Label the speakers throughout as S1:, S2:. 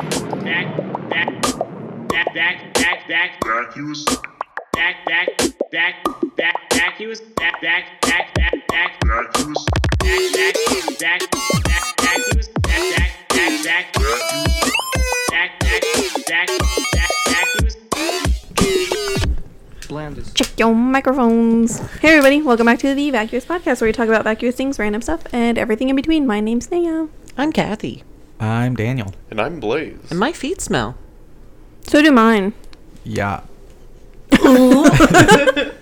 S1: back, back, back, back, back, back,
S2: vacuous,
S1: back, back, back, back, back. He was back, back, back, back, back.
S2: vacuous, vacuous,
S3: Blandest.
S4: Check your microphones. Hey, everybody. Welcome back to the Vacuous Podcast, where we talk about vacuous things, random stuff, and everything in between. My name's Naya.
S5: I'm Kathy,
S3: I'm Daniel.
S6: And I'm Blaze.
S5: and my feet smell.
S4: So do mine.
S3: Yeah.
S6: Grody.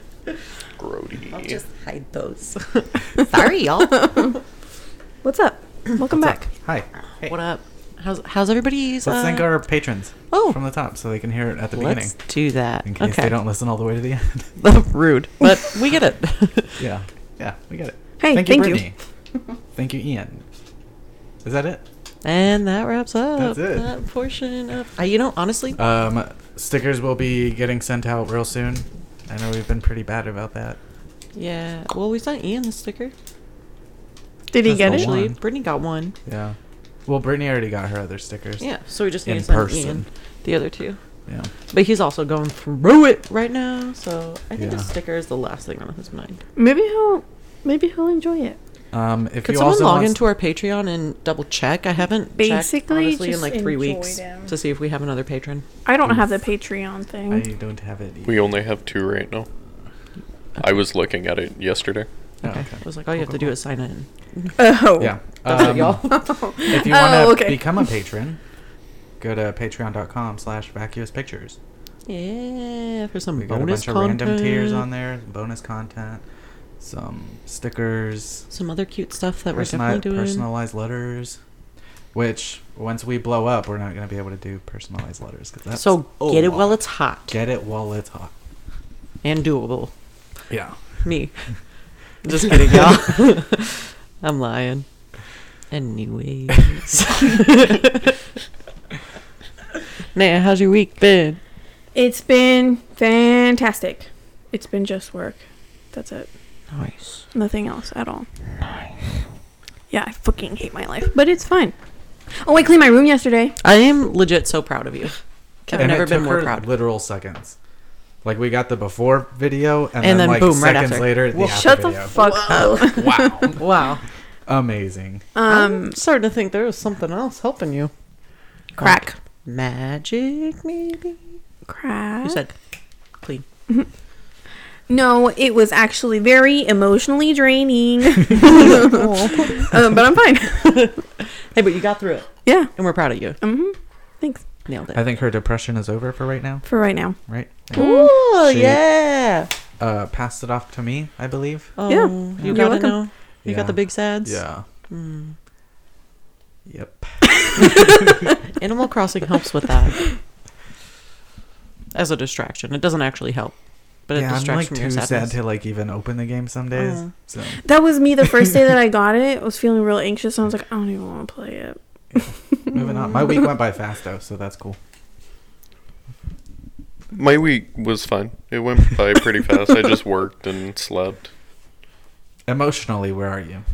S5: hide those. Sorry, y'all.
S4: What's up? Welcome back.
S3: Hi. Hey.
S5: what up? How's how's everybody's?
S3: Let's thank
S5: uh,
S3: our patrons
S5: Oh.
S3: from the top so they can hear it at the beginning
S5: Let's do that.
S3: in case
S5: okay.
S3: they don't listen all the way to the end.
S5: Rude, but we get it.
S3: yeah. Yeah, we get it.
S4: Hey,
S3: thank,
S4: thank
S3: you,
S4: you.
S3: Brittany. thank you, Ian. Is that it?
S5: and that wraps up
S3: That's it.
S5: that portion of. Uh, you know, honestly,
S3: Um, stickers will be getting sent out real soon. I know we've been pretty bad about that.
S5: yeah. Well, we sent Ian the sticker.
S4: Did he
S3: That's
S4: get
S3: the
S4: it?
S3: one.
S5: Actually, Brittany got one.
S3: Yeah. Well, Brittany already got her other stickers.
S5: Yeah. So we just need
S3: In
S5: to send
S3: person.
S5: Ian the other two.
S3: Yeah.
S5: But he's also going through it right now, so I think
S3: Yeah.
S5: the sticker is the last thing on his mind.
S4: Maybe he'll. Maybe he'll enjoy it.
S3: Um, if
S5: Could
S3: you
S5: someone
S3: also
S5: log
S3: want-
S5: into our Patreon and double check? I haven't checked,
S4: Basically,
S5: honestly in
S4: just
S5: like three
S4: enjoy
S5: weeks
S4: them.
S5: to see if we have another patron.
S4: I don't have the Patreon thing.
S3: I don't have it. either.
S6: We only have two right now. I was looking at it yesterday.
S3: Oh,
S5: Okay. I was like, all you have to do is sign in.
S4: oh.
S3: Yeah.
S5: That's it,
S3: Um,
S5: y'all.
S3: if you want to
S4: Oh, okay.
S3: become a patron, go to patreon.com slash vacuous pictures.
S5: yeah, for some
S3: We got a
S5: bonus
S3: bunch
S5: content.
S3: of random tiers on there, bonus content, some stickers,
S5: Some other cute stuff that
S3: personali-
S5: we're definitely doing.
S3: personalized letters. Which, once we blow up, we're not going to be able to do personalized letters. 'cause that's
S5: so
S3: a
S5: get it while
S3: lot.
S5: it's hot
S3: Get it while it's hot.
S5: and doable.
S3: Yeah.
S5: Me. Just kidding, y'all. I'm lying. Anyways. Naya, how's your week been?
S4: It's been fantastic. It's been just work. That's it.
S5: Nice.
S4: Nothing else at all. Yeah, I fucking hate my life, but it's fine. Oh, I cleaned my room yesterday.
S5: I am legit so proud of you. I've
S3: And
S5: never
S3: it
S5: been
S3: took
S5: more
S3: her
S5: proud.
S3: Literal seconds. Like we got the before video, and, then,
S5: And then
S3: like
S5: boom, right
S3: seconds
S5: after.
S3: later, the
S5: Well,
S3: after
S4: Shut the
S3: video.
S4: fuck up.
S3: wow,
S5: wow.
S3: amazing.
S4: Um,
S5: starting to think there was something else helping you.
S4: crack.
S5: Magic, maybe?
S4: Crack.
S5: You said clean.
S4: No, it was actually very emotionally draining. um, but I'm fine.
S5: Hey, but you got through it,
S4: yeah.
S5: and we're proud of you.
S4: hmm Thanks
S5: Nailed
S3: Um, I
S5: it.
S3: think her depression is over for right now,
S4: for right now.
S3: right?
S5: Oh,
S3: She-
S5: yeah.
S3: Uh, passed it off to me, I believe.
S5: Oh,
S4: Yeah,
S5: You
S4: you're
S5: got it
S4: welcome.
S5: now. You
S3: Yeah.
S5: got the big sads.
S3: Yeah. Hmm. Yep.
S5: Animal Crossing helps with that. As a distraction, it doesn't actually help, but it
S3: yeah, I'm
S5: distracts
S3: like
S5: from
S3: too
S5: your
S3: sad
S5: sadness. Uh-huh.
S3: to like even open the game some days.
S5: Aw.
S3: So
S4: That was me the first day that I got it. I was feeling real anxious. And I was like, I don't even want to play it.
S3: moving on. My week went by fast though, so that's cool.
S6: My week was fine. It went by pretty fast. I just worked and slept.
S3: Emotionally, where are you?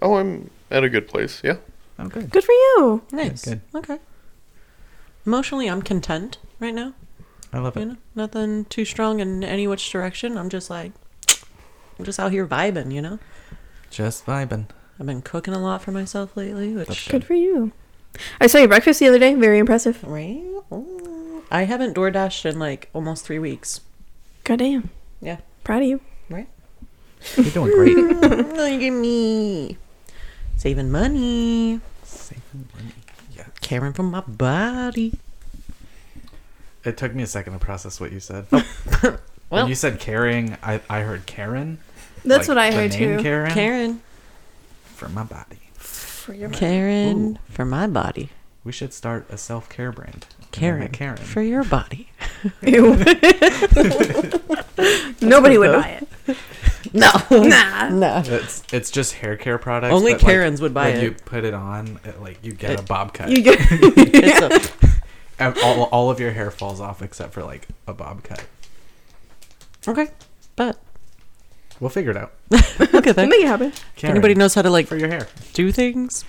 S6: Oh, I'm at a good place. Yeah.
S3: Oh, good.
S4: Good for you.
S5: Nice.
S3: Good,
S5: Okay. Emotionally, I'm content right now.
S3: I love
S5: You
S3: it.
S5: know, nothing too strong in any which direction. I'm just like, I'm just out here vibing. You know,
S3: Just vibing.
S5: I've been cooking a lot for myself lately, which
S4: Good for you. I saw your breakfast the other day. Very impressive.
S5: right. Ooh. I haven't door dashed in like almost three weeks.
S4: Goddamn.
S5: Yeah.
S4: Proud of you.
S5: Right.
S3: You're doing great.
S5: Look at me. Saving money.
S3: Saving money. Yeah.
S5: Caring for my body.
S3: It took me a second to process what you said. when
S5: Oh. Well,
S3: you said caring, I, I heard Karen.
S4: That's
S3: like,
S4: what I
S3: the
S4: heard
S3: name
S4: too.
S3: Karen,
S5: Karen.
S3: for my body.
S5: Karen for my body.
S3: We should start a self care brand. and name
S5: Karen,
S3: it Karen.
S5: for your body.
S4: Nobody would buy it.
S5: No.
S4: Nah.
S5: no.
S3: It's it's just hair care products.
S5: Only
S3: but, like,
S5: Karens would buy
S3: when
S5: it.
S3: you put it on, it, like you get
S5: It-
S3: a bob cut.
S4: You get
S5: It's
S3: And all, all of your hair falls off except for like a bob cut.
S5: a, okay. But
S3: We'll figure it out.
S5: look at that.
S4: make it happen.
S5: If anybody knows how to like
S3: for your hair,
S5: do things,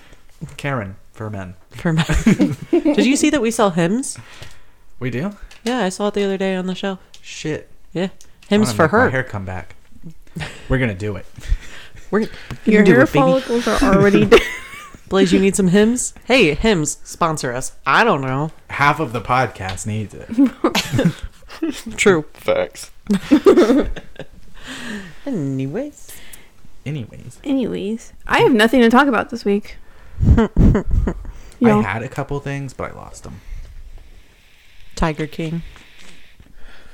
S3: Karen. for men.
S5: for my. Did you see that we sell hymns?
S3: We do.
S5: Yeah, I saw it the other day on the shelf.
S3: Shit.
S5: Yeah,
S3: I
S5: hymns
S3: wanna
S5: for
S3: make my
S5: her.
S3: hair come back. We're gonna do it.
S5: We're gonna
S4: Your
S5: do
S4: hair
S5: it, baby.
S4: follicles are already dead.
S5: Blaze, you need some hymns? Hey, hymns sponsor us. I don't know.
S3: Half of the podcast needs it.
S5: True.
S6: Facts.
S5: Anyways,
S3: Anyways,
S4: Anyways, I have nothing to talk about this week.
S3: I
S4: Y'all.
S3: had a couple things, but I lost them.
S5: Tiger King.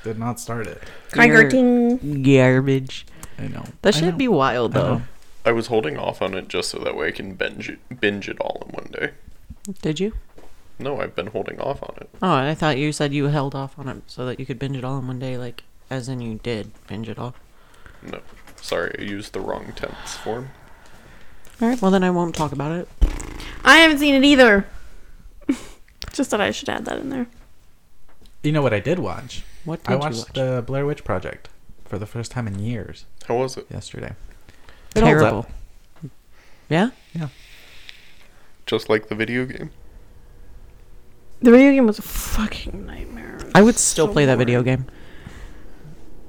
S3: Did not start it.
S5: You're
S4: Tiger King.
S5: Garbage.
S3: I know.
S5: That
S3: I
S5: should
S3: know.
S5: be wild
S3: I
S5: though.
S3: know.
S6: I was holding off on it just so that way I can binge it, binge it all in one day.
S5: Did you?
S6: No, I've been holding off on it.
S5: Oh, I thought you said you held off on it so that you could binge it all in one day, like as in you did binge it all.
S6: No, sorry, I used the wrong tense form.
S5: All right. Well, then I won't talk about it.
S4: I haven't seen it either. Just thought I should add that in there.
S3: You know what I did watch?
S5: What did
S3: I
S5: you
S3: watched
S5: watch?
S3: the Blair Witch Project for the first time in years
S6: How was it?
S3: yesterday. It holds up.
S5: Terrible. Yeah.
S6: Just like the video game.
S4: The video game was a fucking nightmare.
S5: I would still play that video game.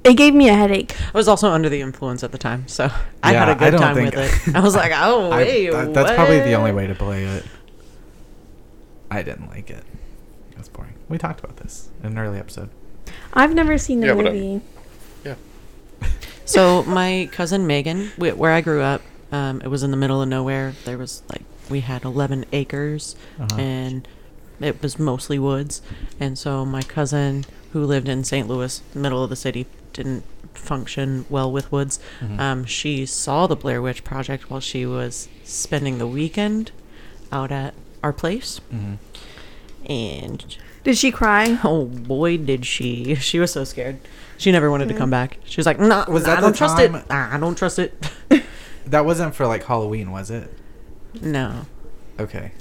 S4: It gave me a headache.
S5: I was also under the influence at the time, so I had
S3: Yeah,
S5: a
S3: I
S5: good
S3: don't
S5: time
S3: think-
S5: with it. I was like, oh,
S3: I-
S5: wait,
S3: that- that's probably the only
S5: what?
S3: way to play it. I didn't like it. It was boring. We talked about this in an early episode.
S4: I've never seen the
S6: Yeah, but I-
S4: movie.
S5: So my cousin Megan, wh- where I grew up, um, it was in the middle of nowhere. There was like we had 11 acres,
S3: Uh-huh.
S5: and it was mostly woods. And so my cousin, who lived in St. Louis, middle of the city, didn't function well with woods. Um, she saw the Blair Witch Project while she was spending the weekend out at our place, and
S4: Did she cry?
S5: Oh boy, did she! She was so scared. She never wanted to come back. She was like, "No,
S3: Was
S5: I
S3: that
S5: don't
S3: the
S5: trust
S3: time-
S5: it. Ah, I don't trust it."
S3: That wasn't for like Halloween, was it?
S5: no.
S3: Okay.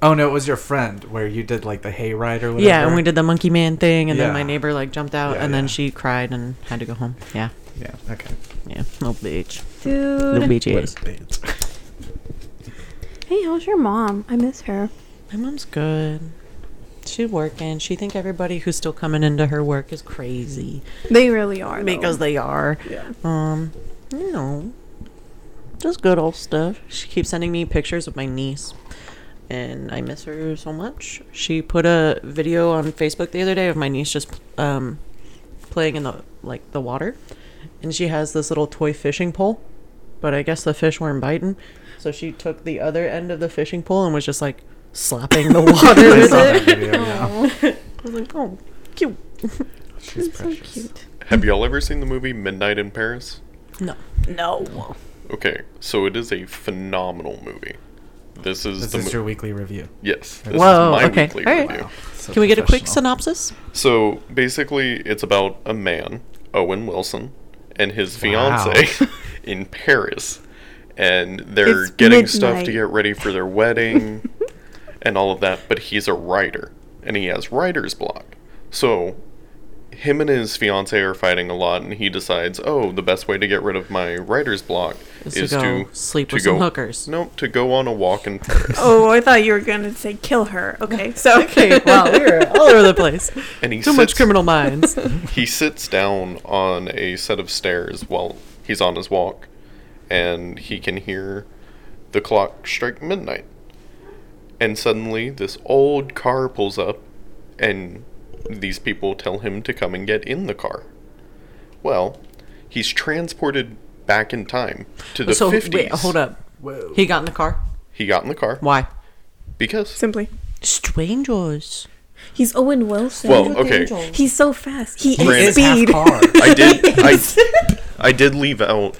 S3: Oh no, it was your friend where you did like the hayride or whatever.
S5: Yeah, and we did the monkey man thing, and then my
S3: Yeah.
S5: neighbor like jumped out,
S3: Yeah,
S5: and then
S3: yeah.
S5: she cried and had to go home. Yeah,
S3: Yeah. Okay.
S5: yeah, no bitch, no
S4: Dude.
S5: bitch
S3: What a
S5: ass.
S3: bitch.
S4: Hey, how's your mom? I miss her.
S5: My mom's good. She working. She think everybody who's still coming into her work is crazy
S4: They really are. though.
S5: because they are.
S4: Yeah.
S5: Um, you know, just good old stuff. She keeps sending me pictures of my niece, and I miss her so much. She put a video on Facebook the other day of my niece just um, playing in the like the water, and she has this little toy fishing pole, but I guess the fish weren't biting, so she took the other end of the fishing pole and was just like slapping the water
S3: I
S5: with
S3: saw
S5: it. Oh,
S3: that video. Yeah.
S5: I was like, oh, cute.
S3: She's precious.
S4: Cute.
S6: Have y'all ever seen the movie Midnight in Paris?
S5: No,
S4: No.
S6: Okay, so it is a phenomenal movie. This is
S3: This
S6: the
S3: is
S6: mo-
S3: your weekly review.
S6: yes. This
S5: Whoa,
S6: is my
S5: okay,
S6: weekly
S5: all right.
S6: review.
S3: So
S5: can we get a quick
S3: professional.
S5: synopsis?
S6: So basically, it's about a man, Owen Wilson, and his fiancee in Paris, and they're
S4: It's
S6: getting stuff
S4: midnight.
S6: to get ready for their wedding and all of that. But he's a writer, and he has writer's block. So him and his fiancee are fighting a lot, and he decides, oh, the best way to get rid of my writer's block
S5: Is
S6: is,
S5: to
S6: to,
S5: go sleep
S6: to
S5: with
S6: go,
S5: some hookers.
S6: Nope, to go on a walk in Paris.
S4: Oh, I thought you were gonna say kill her. Okay, so
S5: Okay, wow, we were all over the place.
S6: and he
S5: Too much
S6: sits-
S5: criminal minds.
S6: he sits down on a set of stairs while he's on his walk and he can hear the clock strike midnight and suddenly this old car pulls up and these people tell him to come and get in the car well he's transported back in time to the
S5: so
S6: 50s
S5: wait, hold up.
S3: Whoa.
S5: He got in the car.
S6: he got in the car
S5: Why?
S6: because
S4: simply,
S5: Strangers.
S4: he's Owen Wilson.
S6: well okay
S4: He's so fast. He
S6: Brand-
S4: is
S6: is
S4: speed.
S3: car.
S6: i did i I did leave out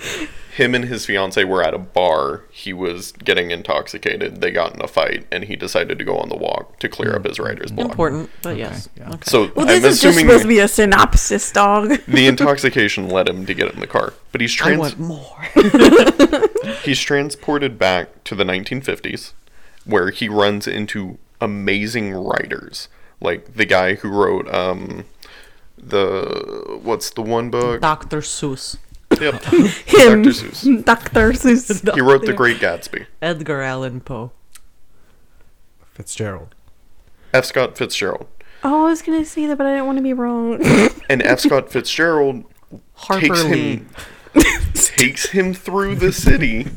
S6: him and his fiance were at a bar. He was getting intoxicated. They got in a fight, and he decided to go on the walk to clear up his writer's block.
S5: Important, but yes.
S3: yeah.
S5: Okay.
S6: So
S4: Mm, Well,
S6: I'm
S4: this is just
S6: assuming
S4: supposed to be a synopsis, dog.
S6: the intoxication led him to get in the car. But he's
S5: I
S6: trans-
S5: want more.
S6: he's transported back to the 1950s, where he runs into amazing writers like the guy who wrote um the what's the one book?
S5: Dr. Seuss.
S6: Yep, Dr.
S4: Him,
S6: Seuss.
S4: Dr. Seuss.
S6: He wrote The Great Gatsby.
S5: Edgar Allan Poe.
S3: Fitzgerald.
S6: F. Scott Fitzgerald.
S4: Oh, I was gonna say that, but I didn't want to be wrong.
S6: And F. Scott Fitzgerald
S5: Harper
S6: takes
S5: Lee.
S6: him takes him through the city.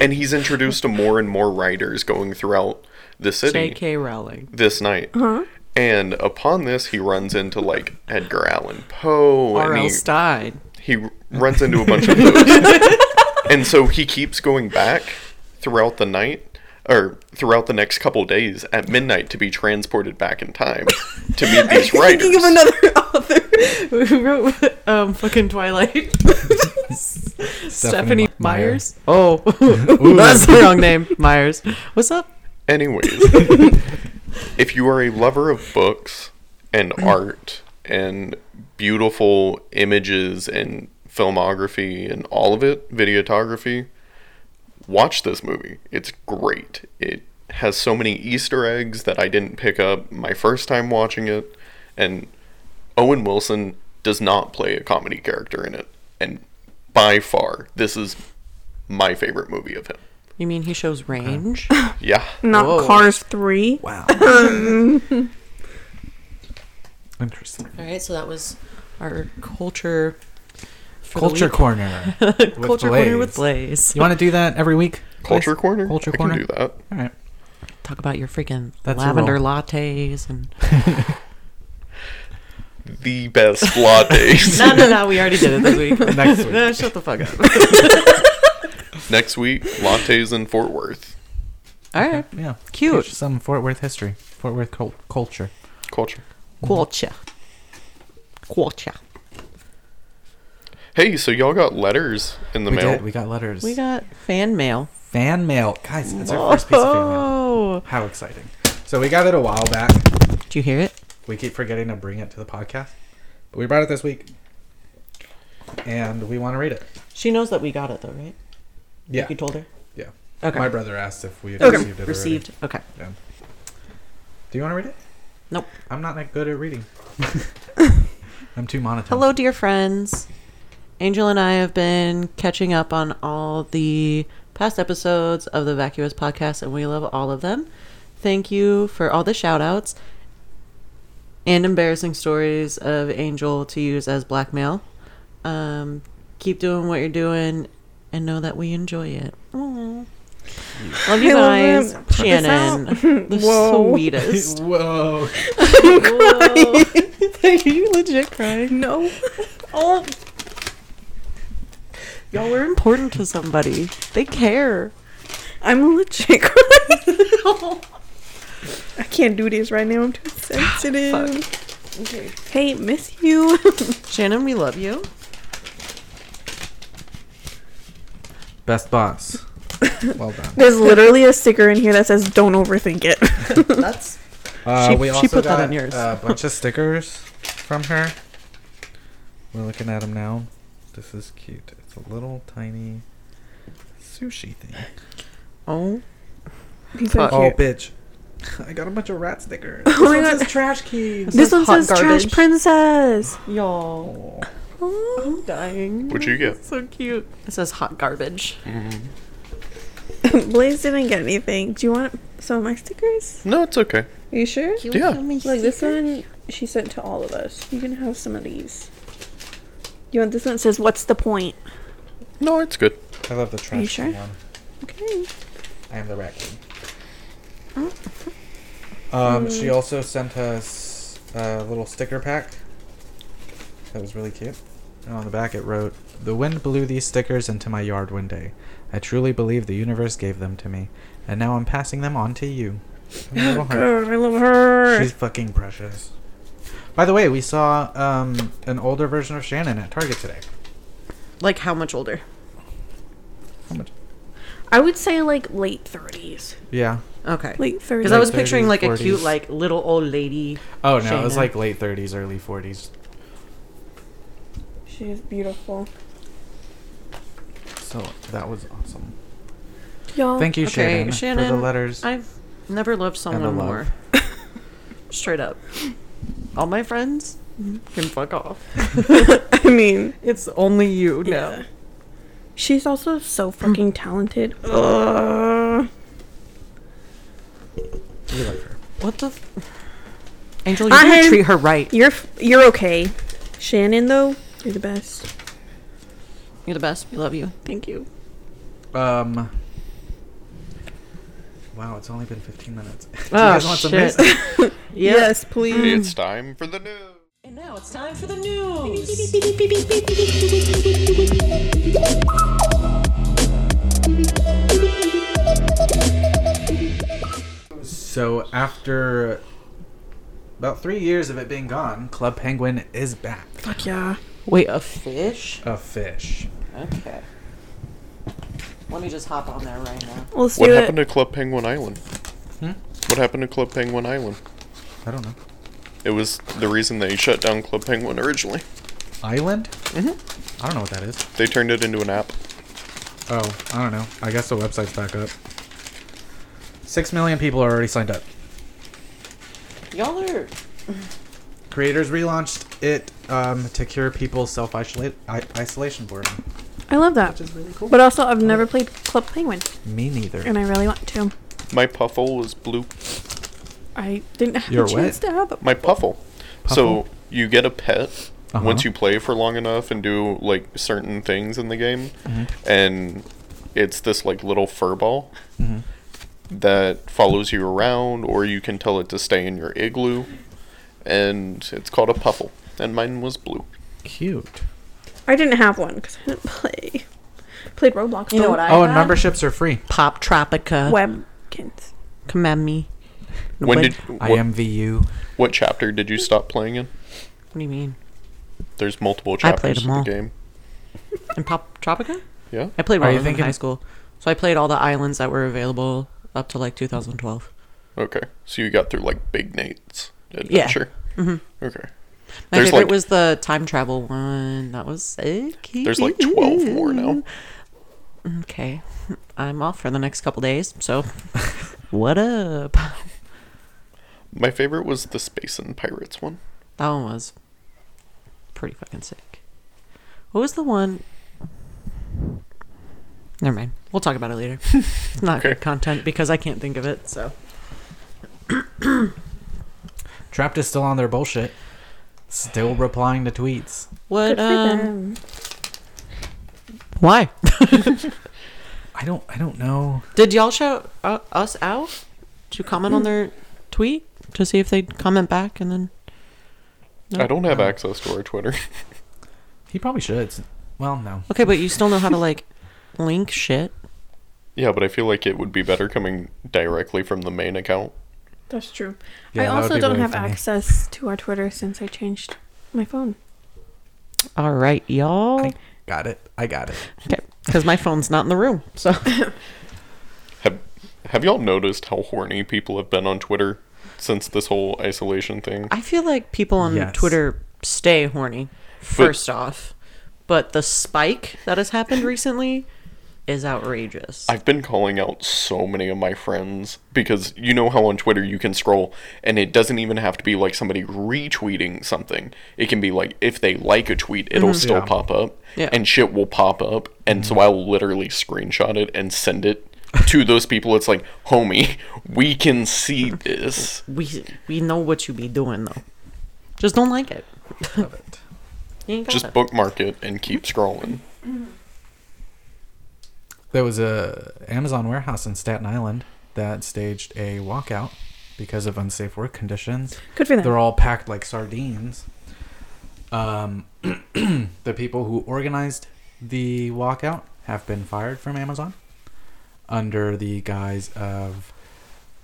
S6: And he's introduced to more and more riders going throughout the city
S5: J.K. Rowling.
S6: this night.
S5: Uh-huh.
S6: And upon this, he runs into like Edgar Allan Poe, and
S5: R.L.
S6: he,
S5: Stein.
S6: he r- runs into a bunch of those. and so he keeps going back throughout the night or throughout the next couple days at midnight to be transported back in time to meet these writers.
S4: Thinking of another author.
S5: Who wrote um, fucking Twilight? Stephanie
S3: Stephanie Meyer.
S5: Myers? Oh, that's the wrong name. Myers. What's up?
S6: Anyways, if you are a lover of books and
S3: Mm-hmm.
S6: art and beautiful images and filmography and all of it, videography, watch this movie. It's great. It has so many Easter eggs that I didn't pick up my first time watching it. And Owen Wilson does not play a comedy character in it. And by far, this is my favorite movie of him.
S5: You mean he shows range?
S6: Yeah.
S4: Not
S5: Whoa.
S4: Cars Three.
S3: Wow. Interesting.
S5: All right, so that was our culture. for the
S3: Culture
S5: week.
S3: corner. with
S5: culture corner with
S3: Blaze.
S5: Blaze.
S3: You want to do that every week?
S6: Culture
S3: Blaze?
S6: Corner?
S3: Culture
S6: I
S3: Corner.
S6: can do that.
S3: All right.
S5: Talk about your freaking
S3: That's a
S5: lavender
S3: roll.
S5: lattes and
S6: the best lattes.
S5: no, no, no. We already did it this week.
S3: Next week.
S5: no, shut the fuck up.
S6: Next week, lattes in Fort Worth.
S5: All right,
S3: Yeah.
S5: Cute.
S3: Teach some Fort Worth history, Fort Worth cul- culture.
S6: Culture.
S5: culture, culture.
S6: Hey, so y'all got letters in the
S3: We
S6: mail.
S3: did. We got letters.
S5: We got fan mail.
S3: fan mail, guys. That's our first piece of fan mail.
S5: Oh,
S3: How exciting! So we got it a while back.
S5: did you hear it?
S3: We keep forgetting to bring it to the podcast, but we brought it this week, and we want to read it.
S5: She knows that we got it though, right?
S3: Yeah.
S5: You told her.
S3: Yeah.
S5: Okay.
S3: My brother asked if we had
S5: Okay.
S3: received it. already.
S5: Received. Okay.
S3: Do you want to read it?
S5: Nope.
S3: I'm not that good at reading. I'm too monotone.
S5: Hello, dear friends. Angel and I have been catching up on all the past episodes of the Vacuous podcast, and we love all of them. Thank you for all the shout outs and embarrassing stories of Angel to use as blackmail. Um, keep doing what you're doing and know that we enjoy it. Aww. Love you
S4: I love
S5: guys.
S4: it. Check this out.
S5: Shannon, the
S4: Whoa.
S5: sweetest.
S3: Whoa.
S5: Are you legit crying?
S4: No.
S5: Oh. Y'all were important to somebody. They care.
S4: I'm legit crying. I can't do this right now. I'm too sensitive. Hey, miss you.
S5: Shannon, we love you.
S3: Best boss. Well done.
S4: There's literally a sticker in here that says "Don't overthink it."
S5: That's
S3: Uh,
S5: She-
S3: we
S5: she
S3: also
S5: put that
S3: got
S5: on yours.
S3: a bunch of stickers from her. We're looking at them now. This is cute. It's a little tiny sushi thing.
S5: oh
S4: These are
S3: Oh,
S4: cute.
S3: bitch. I got a bunch of rat stickers.
S4: Oh my god.
S5: trash keys.
S4: This one says trash princess.
S5: Y'all,
S3: Oh,
S5: I'm dying.
S6: What'd you get?
S5: So cute. It says hot garbage.
S4: Blaze didn't get anything. Do you want some of my stickers?
S6: No, it's okay.
S4: Are you sure?
S6: Yeah.
S4: Like this one, she sent to all of us. You can have some of these. You want this one? It says, "What's the point?"
S6: No, it's good.
S3: I love the trash
S4: sure?
S3: can one.
S4: Okay.
S3: I am the rat king. Oh. Um, she also sent us a little sticker pack. That was really cute. And on the back it wrote, "The wind blew these stickers into my yard one day. I truly believe the universe gave them to me, and now I'm passing them on to you." My little heart.
S4: I love her.
S3: She's fucking precious. By the way, we saw um, an older version of Shannon at Target today.
S5: Like how much older?
S3: How much?
S4: I would say like late thirties.
S3: Yeah.
S5: Okay.
S4: Late
S5: Because
S4: thirties.
S5: I was
S3: Like 30s,
S5: picturing like a
S3: 40s.
S5: cute, like little old lady.
S3: Oh no, it was
S5: Shannon.
S3: like late 30s, early 40s.
S4: She is beautiful.
S3: So that was awesome.
S4: Y'all.
S3: Thank you,
S5: Okay,
S3: Shannon, for
S5: Shannon,
S3: the letters.
S5: I've never loved
S3: the
S5: someone
S3: love.
S5: more. Straight up. All my friends can fuck off.
S4: I mean,
S5: It's only you
S4: yeah. She's Mm. also so fucking talented. Ugh.
S3: We like her.
S5: What the? F- Angel, you
S4: I-
S5: gotta treat her right.
S4: You're f- you're okay. Shannon though, you're the best.
S5: You're the best. We love you. Thank you.
S3: Um. Wow, it's only been 15 minutes. Do you
S5: Oh,
S3: guys want some
S5: shit.
S3: news?
S4: Yes, please.
S6: It's time for the news.
S5: And now it's time for the news.
S3: So after about three years of it being gone, Club Penguin is back.
S4: Fuck yeah.
S5: Wait, a fish?
S3: A fish.
S5: Okay. Let me just hop on there right now.
S4: Let's
S6: What
S4: do
S6: happened
S4: it.
S6: to Club Penguin Island?
S3: Hmm?
S6: What happened to Club Penguin Island?
S3: I don't know.
S6: It was the reason they shut down Club Penguin originally.
S3: Island? Mm-hmm. I don't know what that is.
S6: They turned it into an app.
S3: Oh, I don't know. I guess the website's back up. Six million people are already signed up.
S5: Y'all are.
S3: Creators relaunched it um, to cure people's self isolation boredom.
S4: I love that.
S3: really cool.
S4: But also, I've never played Club Penguin,
S3: Me neither.
S4: and I really want to.
S6: My puffle was blue.
S4: I didn't have
S3: You're
S4: a chance
S3: what?
S4: to have a
S6: My puffle.
S3: Puffle?
S6: So you get a pet
S3: Uh-huh.
S6: once you play for long enough and do like certain things in the game, and it's this like little fur ball that follows you around, or you can tell it to stay in your igloo, and it's called a puffle. And mine was blue.
S3: Cute.
S4: I didn't have one because I didn't play. Played Roblox.
S5: You know
S4: though.
S5: what I
S3: Oh, and
S5: had?
S3: memberships are free.
S5: Pop Tropica.
S4: Webkins.
S5: Come at me.
S6: When did
S3: I
S6: what,
S3: IMVU.
S6: what chapter did you stop playing in?
S5: What do you mean?
S6: There's multiple
S5: I
S6: chapters
S5: played
S6: to
S5: them all.
S6: the game.
S5: In Pop Tropica?
S6: Yeah.
S5: I played
S3: Are
S5: all
S3: you
S5: of them in
S3: thinking-
S5: high school. So I played all the islands that were available up to like 2012.
S6: Okay. So you got through like Big Nate's adventure. Mm-hmm. Okay.
S5: My
S6: There's,
S5: favorite
S6: like-
S5: was the time travel one. That was okay.
S6: There's like 12 more now.
S5: Okay. I'm off for the next couple days, so what up?
S6: My favorite was the Space and Pirates one.
S5: That one was pretty fucking sick. What was the one? Never mind. We'll talk about it later. it's not
S6: Okay.
S5: good content because I can't think of it. So
S3: Trapped is still on their bullshit. Still replying to tweets.
S5: what?
S4: Good for
S5: Um,
S4: them.
S5: why
S3: I don't. I don't know.
S5: did y'all shout uh, us out to comment on their tweet to see if they'd comment back and then?
S6: I don't have access to our Twitter.
S3: He probably should. It's- Well, no.
S5: Okay, but you still know how to like link shit.
S6: yeah, but I feel like it would be better coming directly from the main account.
S4: That's true.
S3: Yeah,
S4: I
S3: that would
S4: also
S3: be
S4: don't
S3: really
S4: have
S3: funny.
S4: access to our Twitter since I changed my phone.
S5: All right, y'all.
S3: I got it. I got it.
S5: Okay, because my phone's not in the room. So
S6: Have Have y'all noticed how horny people have been on Twitter since this whole isolation thing?
S5: I feel like people on
S3: Yes.
S5: Twitter stay horny, first off. But the spike that has happened recently is outrageous.
S6: I've been calling out so many of my friends because you know how on Twitter you can scroll and it doesn't even have to be like somebody retweeting something. It can be like if they like a tweet, it'll still
S3: Yeah. Mm-hmm.
S6: pop up
S5: Mm-hmm. Yeah.
S6: and shit will pop up. And so I'll literally screenshot it and send it to those people. It's like, homie, we can see this.
S5: we we know what you be doing though. Just don't like it.
S3: Love it.
S5: You ain't got
S6: Just
S5: it.
S6: bookmark it and keep scrolling.
S3: There was a Amazon warehouse in Staten Island that staged a walkout because of unsafe work conditions.
S4: Good for them.
S3: They're all packed like sardines. Um, the people who organized the walkout have been fired from Amazon under the guise of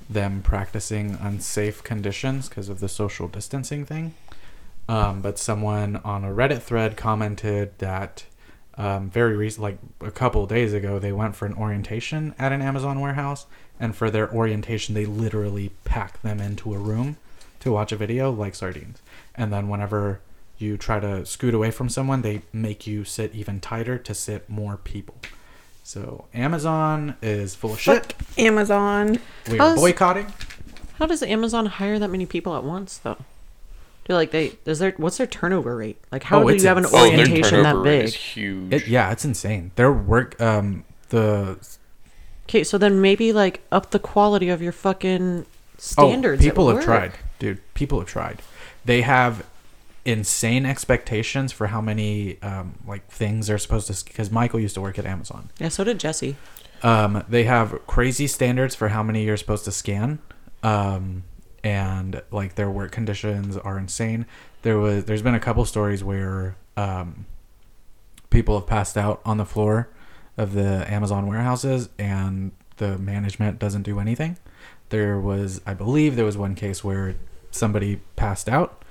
S3: them practicing unsafe conditions because of the social distancing thing. Um, but someone on a Reddit thread commented that um, very recent, like a couple days ago, they went for an orientation at an Amazon warehouse, and for their orientation, they literally packed them into a room to watch a video like sardines. And then whenever you try to scoot away from someone, they make you sit even tighter to sit more people. So Amazon is full of shit.
S4: Fuck Amazon.
S3: We are
S5: How's-
S3: boycotting.
S5: How does Amazon hire that many people at once though? Do like they is there what's their turnover rate? Like how
S3: Oh,
S5: do
S3: it's
S5: you have an
S3: insane. Oh, their
S5: orientation that
S6: rate
S5: big?
S6: is huge.
S3: It, yeah, it's insane. Their work, um, the
S5: Okay, so then maybe like up the quality of your fucking standards.
S3: Oh, people
S5: at
S3: have
S5: work.
S3: tried, dude. People have tried. They have insane expectations for how many um, like things they're supposed to. Because Michael used to work at Amazon.
S5: Yeah, so did Jesse.
S3: Um, they have crazy standards for how many you're supposed to scan, um, and like their work conditions are insane. There was there's been a couple stories where um, people have passed out on the floor of the Amazon warehouses, and the management doesn't do anything. There was, I believe, there was one case where somebody passed out,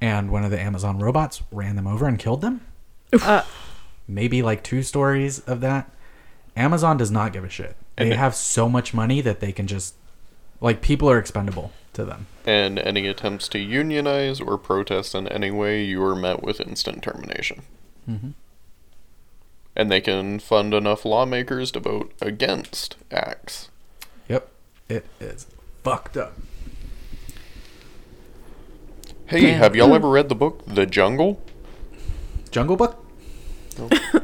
S3: and one of the Amazon robots ran them over and killed them Uh, maybe like two stories of that. Amazon does not give a shit. They
S6: And-
S3: have so much money that they can just like people are expendable to them.
S6: and any attempts to unionize or protest in any way, you are met with instant termination. And they can fund enough lawmakers to vote against acts.
S3: Yep. It is fucked up.
S6: Hey,
S5: Damn.
S6: have
S4: Hmm.
S6: y'all ever read the book The Jungle?
S3: Jungle Book?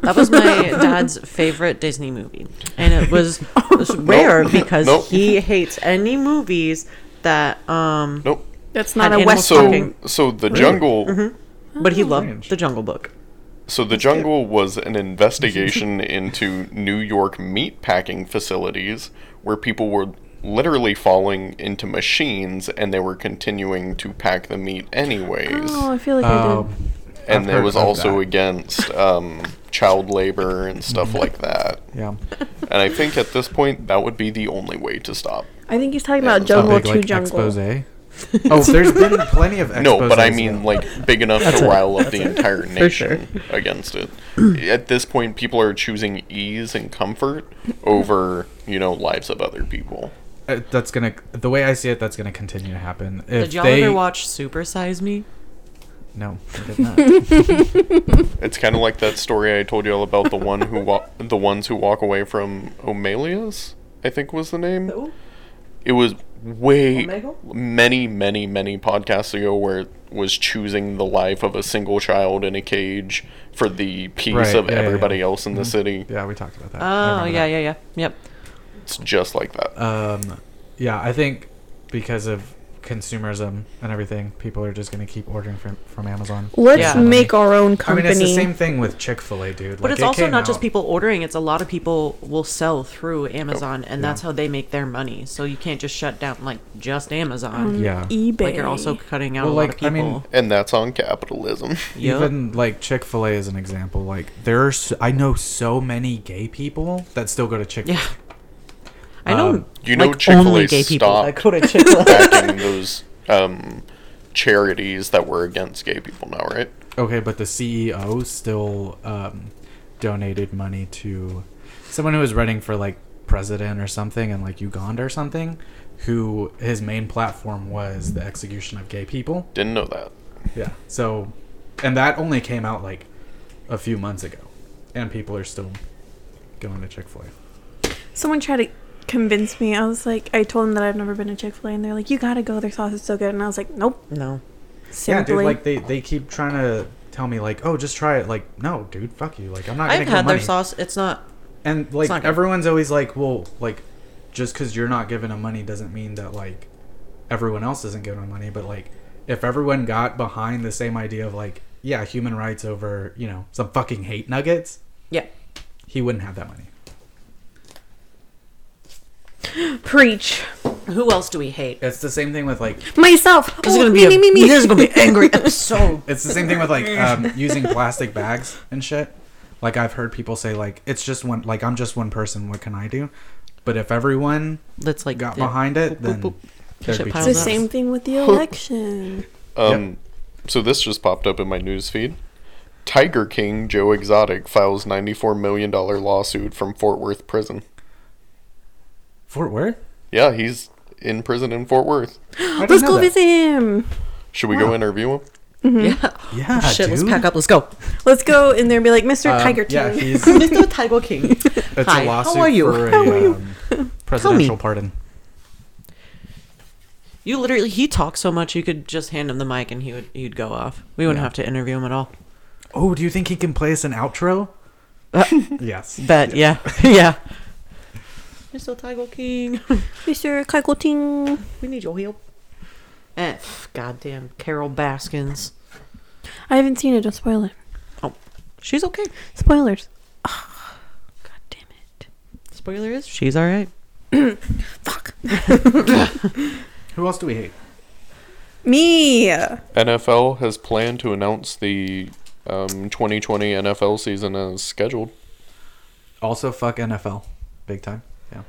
S5: That was my dad's favorite Disney movie, and it was was rare because
S6: Nope.
S5: he hates any movies that. um
S6: Nope.
S4: That's Mm-hmm. not
S5: Had
S4: a
S5: animals
S4: West
S6: So
S5: talking.
S6: so the jungle
S5: But he loved
S3: Oh, Strange.
S5: The Jungle Book.
S6: so the jungle was an investigation into New York meat packing facilities where people were literally falling into machines and they were continuing to pack the meat anyways.
S4: Oh, I feel like I
S3: Um,
S4: did.
S6: and
S3: I've
S6: there
S3: heard
S6: was
S3: of
S6: also
S3: that.
S6: against um, child labor and stuff like that.
S3: yeah.
S6: And I think at this point that would be the only way to stop.
S4: I think he's talking
S6: Yeah,
S4: about
S6: it's not
S3: A
S4: Jungle
S3: big
S4: to
S3: like
S4: Jungle.
S3: expose. oh, there's been plenty of exposes.
S6: No, but I mean
S3: yeah.
S6: like big enough to rile up the entire nation against it. At this point, people are choosing ease and comfort over you know lives of other people.
S3: Uh, that's gonna the way I see it, that's gonna continue to happen. If
S5: Did y'all
S3: they
S5: ever watch Super Size Me?
S3: no, I did not.
S6: It's kind of like that story I told you all about the one who wa- the ones who walk away from Omelia's. I think was the name. it was way
S5: Omegle?
S6: many many many podcasts ago where it was choosing the life of a single child in a cage for the peace
S3: Right,
S6: of
S3: yeah, yeah,
S6: everybody
S3: yeah. Mm-hmm.
S6: else in the city
S3: yeah, we talked about that. I
S5: Oh
S3: remember
S5: yeah,
S3: that.
S5: yeah, yeah. Yep.
S6: it's just like that
S3: Um, yeah, I think because of consumerism and everything, people are just gonna keep ordering from from Amazon.
S4: Let's
S5: Yeah.
S4: make our own
S3: I mean,
S4: company.
S3: it's the same thing with Chick Fil A, dude.
S5: But
S3: Like,
S5: it's
S3: it
S5: also
S3: came
S5: not just
S3: out-
S5: people ordering, it's a lot of people will sell through Amazon and
S3: Yeah.
S5: that's how they make their money. So you can't just shut down like just Amazon.
S3: Yeah.
S4: eBay.
S5: Like you're also cutting out
S3: Well,
S5: a lot of
S3: like, I
S5: people.
S3: mean,
S6: and that's on capitalism
S5: Yep.
S3: Even like Chick Fil A is an example. Like there's, I know so many gay people that still go to Chick.
S5: yeah. I know
S3: Um,
S6: you know
S5: like,
S6: Chick-fil-A
S5: only gay people that
S6: stopped-
S5: go to Chick-fil-A.
S6: backing those um, charities that were against gay people now right
S3: Okay, but the CEO still um, donated money to someone who was running for like president or something in like Uganda or something. Who his main platform was the execution of gay people.
S6: didn't know that
S3: Yeah. So, and that only came out like a few months ago, and people are still going to Chick Fil A.
S4: Someone tried to convince me. I was like, I told them that I've never been to Chick Fil A, and they're like, "You gotta go. Their sauce is so good." And I was like, "Nope."
S5: no.
S3: Yeah,
S4: Simply.
S3: dude. Like they they keep trying to tell me like, oh, just try it. Like, no, dude, fuck you. Like, I'm not. Gonna
S5: I've had
S3: money.
S5: their sauce. It's not
S3: and like
S5: not good.
S3: everyone's always like, well, like just because you're not giving them money doesn't mean that like everyone else isn't giving them money. But like, if everyone got behind the same idea of like, yeah, human rights over you know some fucking hate nuggets,
S5: yeah.
S3: he wouldn't have that money.
S4: Preach.
S5: Who else do we hate?
S3: It's the same thing with like
S4: Myself.
S5: This is
S4: Oh,
S5: gonna
S4: me,
S5: be a-
S4: me, me, me.
S5: This is gonna be an angry episode.
S3: It's the same thing with like um, using plastic bags and shit. Like I've heard people say, like it's just one. Like I'm just one person. What can I do? But if everyone
S5: That's like
S3: got
S5: yeah.
S3: behind it,
S5: Boop,
S3: then
S5: boop, boop.
S3: there'd
S5: Shit
S3: be
S5: piles
S4: It's
S3: some-
S4: the same thing with the election.
S6: um, so this just popped up in my news feed tiger king joe exotic files $94 million lawsuit from fort worth prison
S3: Fort Worth.
S6: yeah he's in prison in fort worth
S3: I didn't
S4: Let's
S3: know
S4: go
S3: that.
S4: visit him.
S6: Should we go interview him?
S5: Yeah. Oh,
S3: Yeah,
S5: Shit,
S3: dude.
S5: let's pack up. Let's go.
S4: Let's go in there and be like, "Mr.
S3: Um,
S4: Tiger King."
S3: Yeah, he's.
S5: Mr. Tiger King.
S3: It's
S5: Hi,
S3: a
S5: how
S3: lawsuit
S5: are you?
S3: for a
S5: How are you?
S3: um, presidential pardon.
S5: You literally, he talks so much, you could just hand him the mic and he would he'd go off. We wouldn't
S3: Yeah.
S5: have to interview him at all.
S3: Oh, do you think he
S5: Uh,
S3: can play us an outro? yes.
S5: Bet, yeah, yeah. Mr. Tiger King.
S4: Mr. Keikoting.
S5: we need your help. F. Goddamn Carol Baskins.
S4: I haven't seen it. Don't spoil it.
S5: She's okay.
S4: Spoilers. Ah, God damn it.
S5: Spoiler is she's all right.
S4: Fuck.
S3: Who else do we hate?
S4: Me.
S6: NFL has planned to announce the um, 2020 NFL season as scheduled.
S3: Also, fuck NFL, big time. Yeah.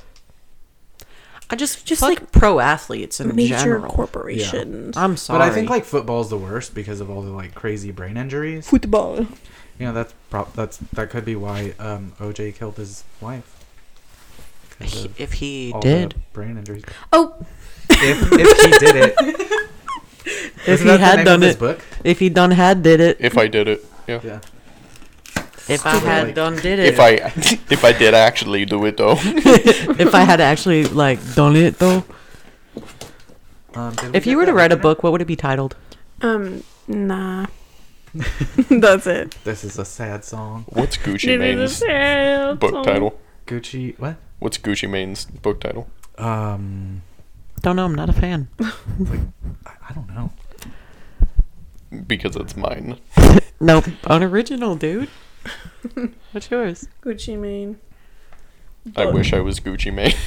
S5: I just
S4: Just,
S5: just like
S4: like,
S5: pro athletes in
S4: Major
S5: general.
S4: corporations.
S5: I'm sorry.
S3: But I think like football's the worst because of all the like crazy brain injuries.
S4: Football.
S3: You know that's prob that's that could be why um, OJ killed his wife. 'Cause
S5: He-
S3: of
S5: if he
S3: all the
S5: did,
S3: brain injuries.
S4: Oh,
S3: If, if he did it,
S5: if he
S3: Isn't that the
S5: had
S3: name
S5: done
S3: of his
S5: it,
S3: book.
S5: if he done had did it,
S6: If I did it, yeah.
S3: Yeah.
S5: if I had
S3: Like-
S5: done did it,
S6: If I if I did actually do it though,
S5: if I had actually like done it though,
S3: Um, did we
S5: if
S3: get
S5: you were to
S3: that
S5: write a
S3: internet?
S5: book, what would it be titled?
S4: um, nah. That's it.
S3: this is a sad song.
S6: what's Gucci Mane's book title?
S3: Gucci, what?
S6: What's Gucci Mane's book title?
S3: Um,
S5: Don't know. I'm not a fan.
S3: I, I don't know.
S6: Because it's mine.
S5: Nope. Unoriginal, dude. What's yours?
S4: Gucci Mane.
S6: I wish I was Gucci Mane.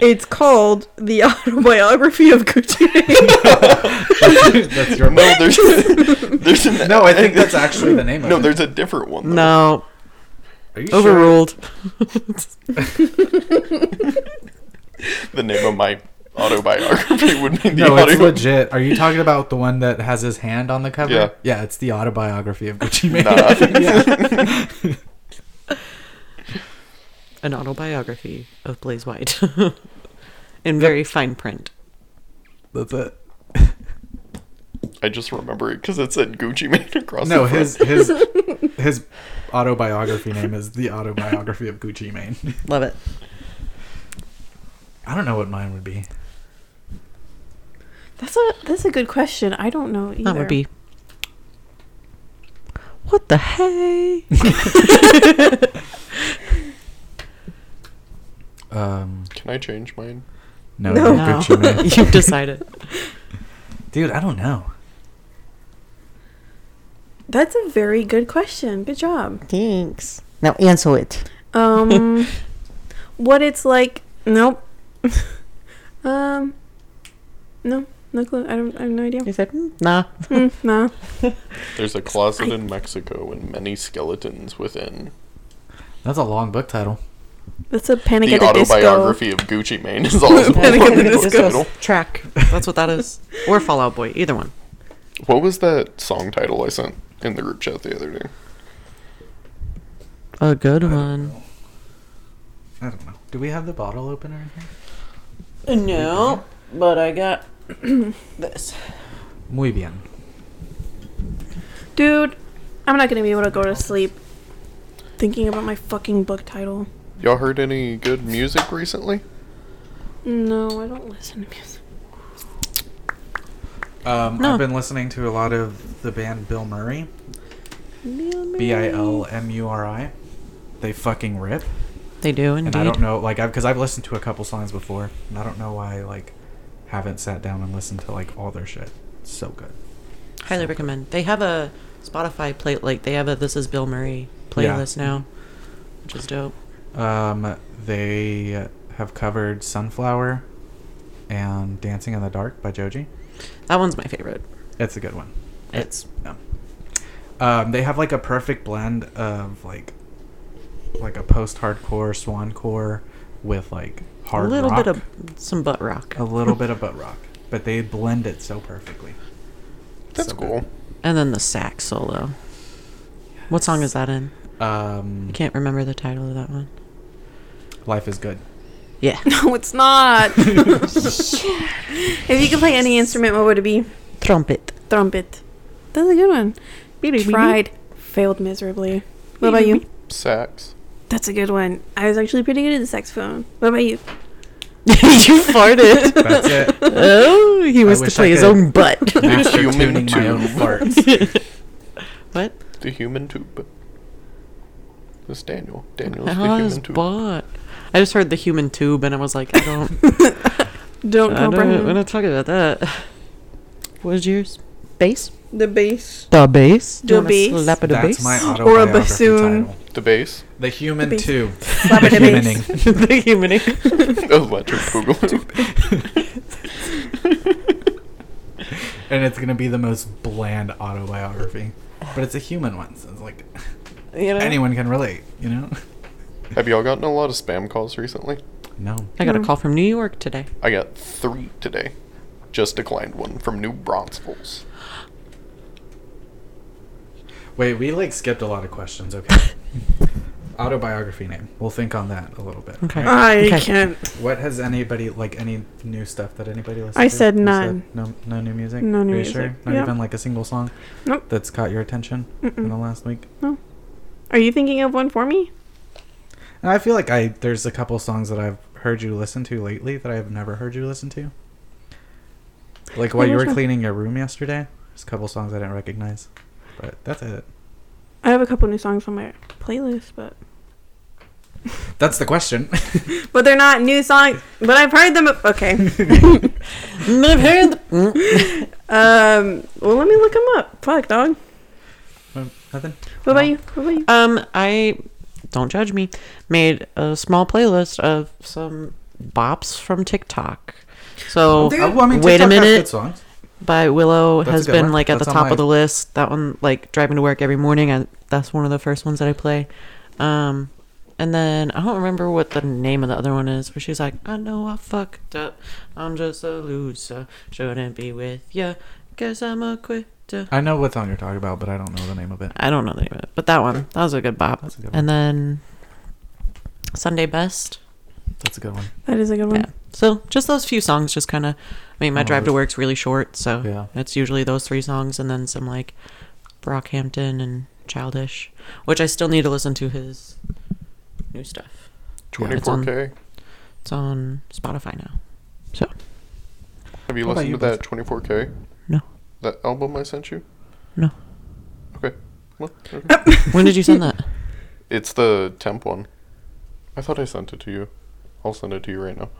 S4: It's called The Autobiography of Gucci Mane.
S3: that's your
S6: no, there's there's an,
S3: No, I think that's actually the name of
S6: no,
S3: it.
S6: there's a different one. though.
S5: No.
S3: Are you sure?
S5: Overruled.
S6: the name of my autobiography would be the
S3: No,
S6: auto.
S3: it's legit. Are you talking about the one that has his hand on the cover?
S6: Yeah.
S3: Yeah, it's the autobiography of Gucci Mane.
S6: Nah.
S5: An autobiography of Blaze White. In very fine print.
S3: That's it.
S6: I just remember it because it said Gucci Mane across.
S3: No,
S6: the front.
S3: his his his autobiography name is the autobiography of Gucci Mane.
S5: Love it.
S3: I don't know what mine would be.
S4: That's a that's a good question. I don't know either.
S5: That would be. What the hey?
S3: Um,
S6: Can I change mine?
S3: no,
S4: No.
S3: you're Gucci Mane.
S5: You've decided.
S3: Dude, I don't know.
S4: That's a very good question. Good job.
S5: Thanks. Now answer it.
S4: Um, what it's like? Nope. um, no, no clue. I don't. I have no idea.
S5: You said "Mm, nah.
S4: Mm, nah.
S6: There's a closet in Mexico and many skeletons within.
S3: That's a long book title.
S4: That's a Panic
S6: the
S4: at the Disco.
S6: autobiography of Gucci Mane is also
S4: Panic at the
S6: one book
S4: Disco.
S6: title.
S5: Track. That's what that is. Or Fallout Boy. Either one.
S6: What was that song title I sent in the group chat the other day?
S5: A good one.
S3: I don't know. Do we have the bottle opener in here?
S5: No, but I got this.
S3: Muy bien.
S4: Dude, I'm not gonna be able to go to sleep thinking about my fucking book title.
S6: Y'all heard any good music recently?
S4: No, I don't listen to music.
S3: Um,
S5: No.
S3: I've been listening to a lot of the band Bill Murray. B I L M U R I. They fucking rip.
S5: They do
S3: And
S5: indeed.
S3: I don't know, like, I've, because I've listened to a couple songs before, and I don't know why, like, haven't sat down and listened to, like, all their shit. It's so good.
S5: Highly recommend. They have a Spotify play like they have a This Is Bill Murray
S3: Yeah.
S5: playlist now, which is dope.
S3: Um, they have covered Sunflower and Dancing in the Dark by Joji.
S5: That one's my favorite.
S3: It's a good one.
S5: It's
S3: Yeah. Um, they have like a perfect blend of like like a post-hardcore swancore with like
S5: a
S3: hard
S5: little bit
S3: rock. Oh.
S5: of some butt rock,
S3: a little bit of butt rock, but they blend it so perfectly.
S6: That's
S3: So
S6: cool.
S5: and then the sax solo. What song is that in?
S3: Um,
S5: I can't remember the title of that one.
S3: life is good.
S5: Yeah,
S4: No, it's not. if you could play any instrument, what would it be?
S5: trumpet.
S4: Trumpet. That's a good one. Tried, failed miserably. What about you?
S6: Sax.
S4: That's a good one. I was actually pretty good at the saxophone. What about you?
S5: you farted.
S3: That's it.
S5: oh, he was to
S3: wish I
S5: play his
S3: could.
S5: own butt.
S3: Master tuning
S6: Human
S3: my
S6: tube.
S3: own farts.
S5: what?
S6: The human tube. It's Daniel. Daniel's
S5: The
S6: the
S5: hell is
S6: human too.
S5: bot? I just heard the human tube and I was like, I don't,
S4: Don't
S5: I don't
S4: comprehend
S5: want to talk about that. What is yours? Bass?
S4: the bass.
S5: The bass?
S4: The bass.
S5: Slap it a
S3: That's
S5: bass?
S3: my autobiography
S4: Or a bassoon.
S3: title.
S6: the bass.
S3: The Human
S4: The bass.
S3: Two.
S4: Slap it a bass.
S3: Humaning.
S5: the human.
S6: Electric Boogaloo.
S3: and it's gonna be the most bland autobiography, but it's a human one, so it's like
S5: You know?
S3: anyone can relate, you know?
S6: Have y'all gotten a lot of spam calls recently?
S3: No.
S5: I got a call from New York today.
S6: I got three today. Just declined one from New Bronxville.
S3: Wait, we like skipped a lot of questions. Okay. Autobiography name. We'll think on that a little bit.
S5: Okay.
S3: alright?
S4: I
S5: Okay.
S4: can't.
S3: What has anybody like any new stuff that anybody listened
S4: I
S3: to?
S4: said
S3: You
S4: none.
S3: no, no new music.
S4: No new
S3: Are you
S4: music.
S3: Sure? Not
S4: Yep.
S3: even like a single song.
S4: Nope.
S3: That's caught your attention in the last week.
S4: Are you thinking of one for me?
S3: And I feel like I there's a couple songs that I've heard you listen to lately that I've never heard you listen to. Like while
S4: Yeah,
S3: you
S4: which
S3: were
S4: one?
S3: cleaning your room yesterday, there's a couple songs I didn't recognize. But that's it.
S4: I have a couple new songs on my playlist, but
S3: That's the question.
S4: but they're not new songs. But I've heard them. Okay.
S5: I've heard the- Mm.
S4: Um. Well, let me look them up. Fuck, dog.
S3: Um, Nothing.
S4: What about you? What about you?
S5: Um, I don't judge me. Made a small playlist of some bops from TikTok. So
S3: Uh, well, I mean,
S5: wait a
S3: TikTok has
S5: minute.
S3: Good songs.
S5: by Willow
S3: That's a
S5: has
S3: good
S5: been
S3: one.
S5: like at
S3: That's
S5: the
S3: on
S5: top
S3: my-
S5: of the list. That one, like driving to work every morning, I, that's one of the first ones that I play. Um, and then I don't remember what the name of the other one is, where she's like, "I know I fucked up. I'm just a loser. Shouldn't be with ya. Guess I'm a quitter."
S3: I know what song you're talking about, but I don't know the name of it.
S5: I don't know the name of it, but that one, that was a good bop.
S3: That's a good
S5: And then Sunday Best.
S3: That's a good one.
S4: That is a good one.
S5: Yeah. So just those few songs, just kind of. I mean, my
S3: Oh,
S5: drive to
S3: those-
S5: work's really short, so
S3: Yeah.
S5: it's usually those three songs, and then some like Brockhampton and Childish, which I still need to listen to his new stuff. Yeah, it's on-
S6: 24K.
S5: It's on Spotify now.
S6: Have you
S3: How about
S6: listened
S3: you,
S6: to that 24K?
S5: No.
S6: That album I sent you?
S5: No.
S6: Okay. Well, okay.
S5: When did you send that?
S6: it's the temp one. I thought I sent it to you. I'll send it to you right now.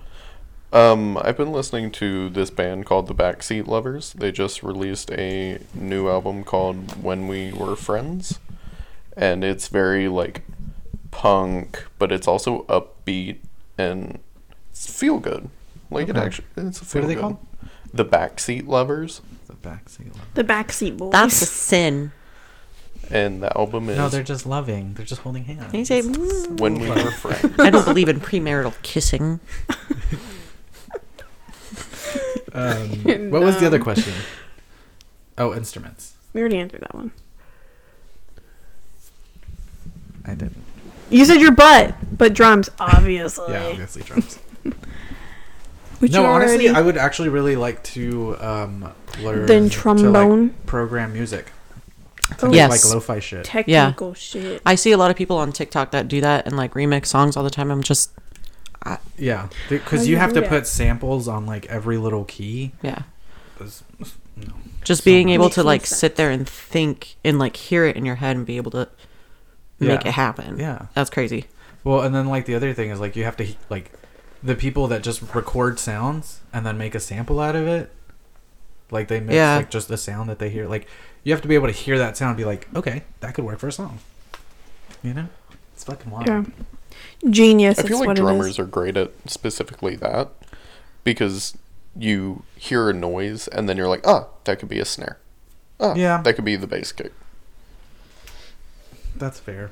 S6: Um, I've been listening to this band called the Backseat Lovers. They just released a new album called When We Were Friends. And it's very like punk, but it's also upbeat and it's feel good. Like it
S3: Okay.
S6: actually it's a
S3: What
S6: feel
S3: are they
S6: good.
S3: called?
S6: The Backseat Lovers.
S3: The back single.
S4: The backseat boys.
S5: That's a sin.
S6: And the album is
S3: No, they're just loving. They're just holding hands.
S5: They say, "Mm?"
S6: When We Were Friends.
S5: I don't believe in premarital kissing.
S3: Um, what was the other question? Oh, instruments.
S4: we already answered that one.
S3: I didn't.
S4: You said your butt, but drums, obviously.
S3: Yeah, obviously drums.
S4: Which
S3: no,
S4: you
S3: honestly,
S4: already-
S3: I would actually really like to um, learn
S4: Then
S3: to, like,
S4: trombone.
S3: program music. To
S4: Oh.
S3: do,
S5: Yes.
S3: like lo-fi shit.
S4: technical shit.
S5: I see a lot of people on TikTok that do that and like remix songs all the time. I'm just,
S3: yeah,
S4: How
S3: because
S4: do
S3: you
S4: you
S3: have
S4: do
S3: to
S4: it?
S3: put samples on like every little key.
S5: yeah.
S3: It's-
S5: just being able
S4: Makes
S5: to
S4: no
S5: like
S4: sense.
S5: sit there and think and like hear it in your head and be able to make
S3: Yeah.
S5: it happen.
S3: Yeah.
S5: That's crazy.
S3: Well, and then like the other thing is like you have to he- like the people that just record sounds and then make a sample out of it. Like they mix
S5: Yeah.
S3: like just the sound that they hear. Like you have to be able to hear that sound and be like, okay, that could work for a song. You know, it's fucking wild.
S4: Yeah. Genius.
S6: I feel
S4: is
S6: like
S4: what it is.
S6: drummers are great at specifically that because you hear a noise and then you're like, ah, that could be a snare. Ah,
S3: Yeah.
S6: that could be the bass kick.
S3: That's fair.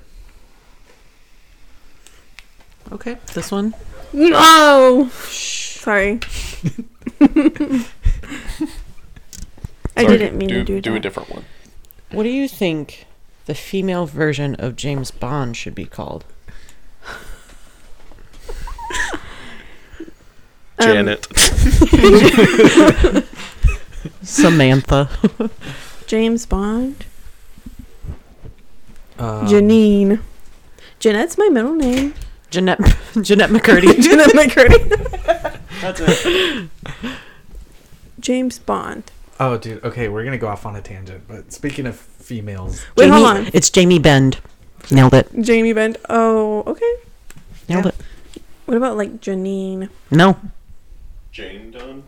S5: Okay. This one.
S4: No. Sorry. I
S6: Sorry,
S4: didn't mean to do,
S6: Do a
S4: that.
S6: different one.
S5: What do you think the female version of James Bond should be called?
S4: Um,
S5: Samantha.
S4: James Bond.
S3: Um,
S4: Janine. Jeanette's my middle name.
S5: Jeanette Jeanette McCurdy.
S4: Jeanette McCurdy.
S3: Um,
S5: That's it.
S4: James Bond.
S3: Oh, dude. Okay, we're gonna go off on a tangent. But speaking of females,
S4: Wait, hold on.
S5: It's Jamie Bend. Nailed it.
S4: Jamie Bend. Oh, okay.
S5: Nailed
S4: Yeah.
S5: it.
S4: What about like Janine?
S5: No.
S6: Jane Dunn.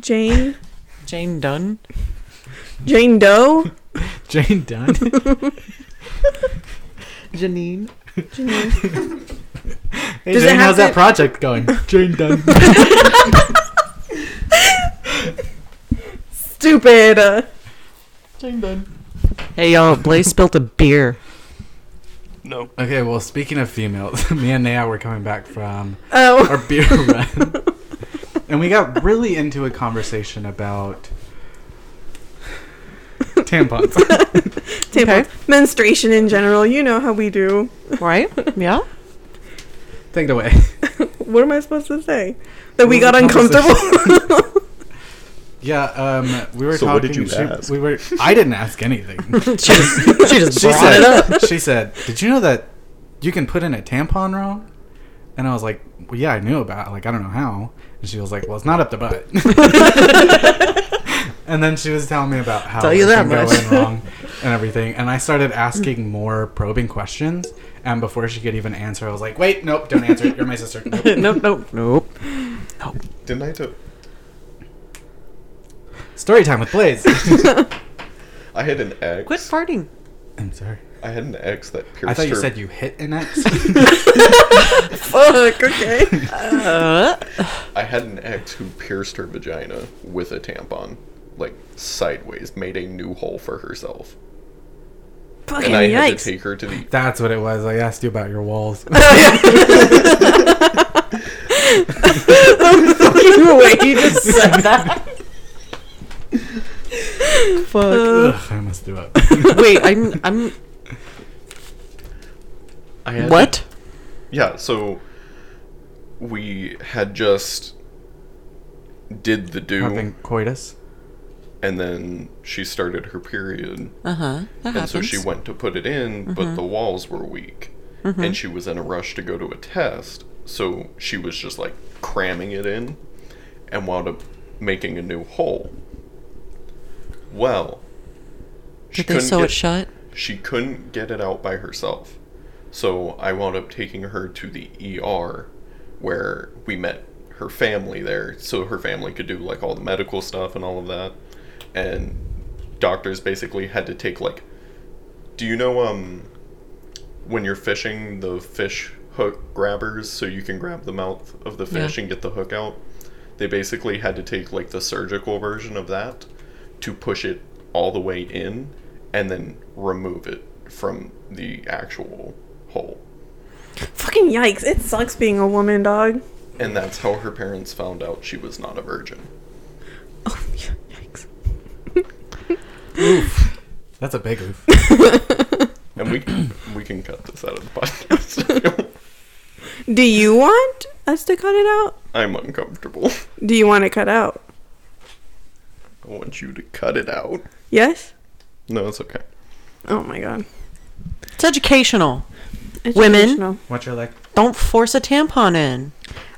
S4: Jane?
S5: Jane Dunn.
S4: Jane Doe?
S3: Jane Dunn.
S5: Janine.
S3: Hey,
S4: Does it
S3: Jane,
S4: have
S3: how's that
S4: to-
S3: project going? Jane Dunn.
S4: Stupid. Uh,
S5: Jane Dunn. Hey y'all, Blaze spilt a beer.
S6: No.
S3: okay, well, speaking of females, me and Naya were coming back from our
S4: oh.
S3: beer run, and we got really into a conversation about tampons.
S4: Table. Menstruation in general. You know how we do.
S5: Right? Yeah.
S3: Take it away.
S4: What am I supposed to say? That we
S3: What
S4: got
S3: was the
S4: uncomfortable?
S3: Yeah, um, we were
S6: So
S3: talking.
S6: what did you
S3: she-
S6: ask?
S3: We were. I didn't ask anything.
S5: she just, she just
S3: she
S5: brought it up.
S3: said, she said, did you know that you can put in a tampon wrong? And I was like, well, yeah, I knew about it. Like, I don't know how. And she was like, well, it's not up the butt. and then she was telling me about how
S5: Tell you
S3: it
S5: that
S3: can go
S5: much.
S3: in wrong and everything. And I started asking more probing questions. And before she could even answer, I was like, wait, nope, don't answer it. You're my sister. Nope.
S5: Nope, nope, nope.
S6: Didn't I do?
S3: Story time with Blaze.
S6: I had an ex.
S5: Quit farting.
S3: I'm sorry.
S6: I had an ex that pierced
S3: I thought you
S6: her.
S3: said you hit an ex.
S4: Fuck, okay.
S5: Uh,
S6: I had an ex who pierced her vagina with a tampon, like sideways, made a new hole for herself,
S4: Fucking
S6: and I had
S4: yikes.
S6: to take her to the.
S3: That's what it was. I asked you about your walls.
S5: the way you just said that. Fuck.
S3: Ugh, I must do it.
S5: Wait, I'm I'm
S6: I had to-
S5: what?
S6: yeah, so we had just did the do,
S3: Having coitus.
S6: and then she started her period,
S5: Uh huh. That
S6: and
S5: happens. Mm-hmm.
S6: so she went to put it in, but the walls were weak, and she was in a rush to go to a test, so she was just like cramming it in, and wound up making a new hole. Well, she
S5: Did they
S6: couldn't
S5: sew
S6: get-
S5: it shut?
S6: she couldn't get it out by herself. So I wound up taking her to the ER where we met her family there. So her family could do like all the medical stuff and all of that. And doctors basically had to take like do you know um when you're fishing the fish hook grabbers so you can grab the mouth of the fish and get the hook out? They basically had to take like the surgical version of that to push it all the way in and then remove it from the actual hole.
S4: Fucking yikes. It sucks being a woman, dog.
S6: And that's how her parents found out she was not a virgin.
S4: Oh, yikes.
S3: That's a big oof.
S6: And we we can cut this out of the podcast.
S4: Do you want us to cut it out?
S6: I'm uncomfortable.
S4: Do you want it cut out?
S6: I want you to cut it out.
S4: Yes?
S6: No, it's okay.
S4: Oh my god.
S5: It's educational. Women?
S4: Educational.
S3: What's your leg?
S5: Don't force a tampon in.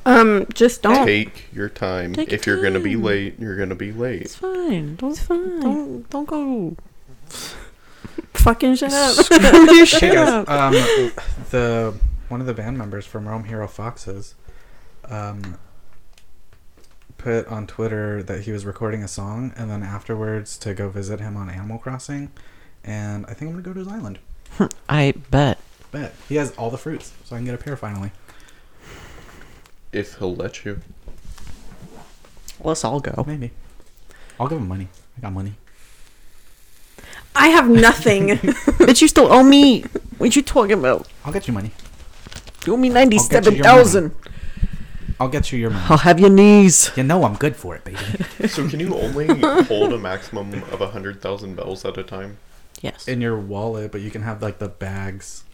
S4: Um, just don't.
S6: Take your time.
S5: Oh. Take
S6: if
S5: your
S6: you're gonna be
S5: time.
S6: late, you're gonna be
S5: It's
S6: late.
S5: fine. Don't
S4: It's fine.
S5: don't don't go.
S4: Fucking shut up.
S5: Your shit
S3: Hey guys,
S5: up.
S3: um, the one of the band members from Rome Hero Foxes, um, put on Twitter that he was recording a song, and then afterwards to go visit him on Animal Crossing, and I think I'm gonna go to his island.
S5: I bet.
S3: Bet he has all the fruits, so I can get a pair finally.
S6: If he'll let you.
S5: Let's all go.
S3: Maybe. I'll give him money. I got money.
S4: I have nothing.
S5: Bitch, you still owe me. What you talking about?
S3: I'll get you money.
S5: You owe me
S3: get you
S5: ninety-seven
S3: your money.
S5: thousand.
S3: I'll get you your money.
S5: I'll have your knees.
S3: You know I'm good for it, baby.
S6: So can you only hold a maximum of hundred thousand bells at a time?
S5: Yes.
S3: in your wallet, but you can have like the bags.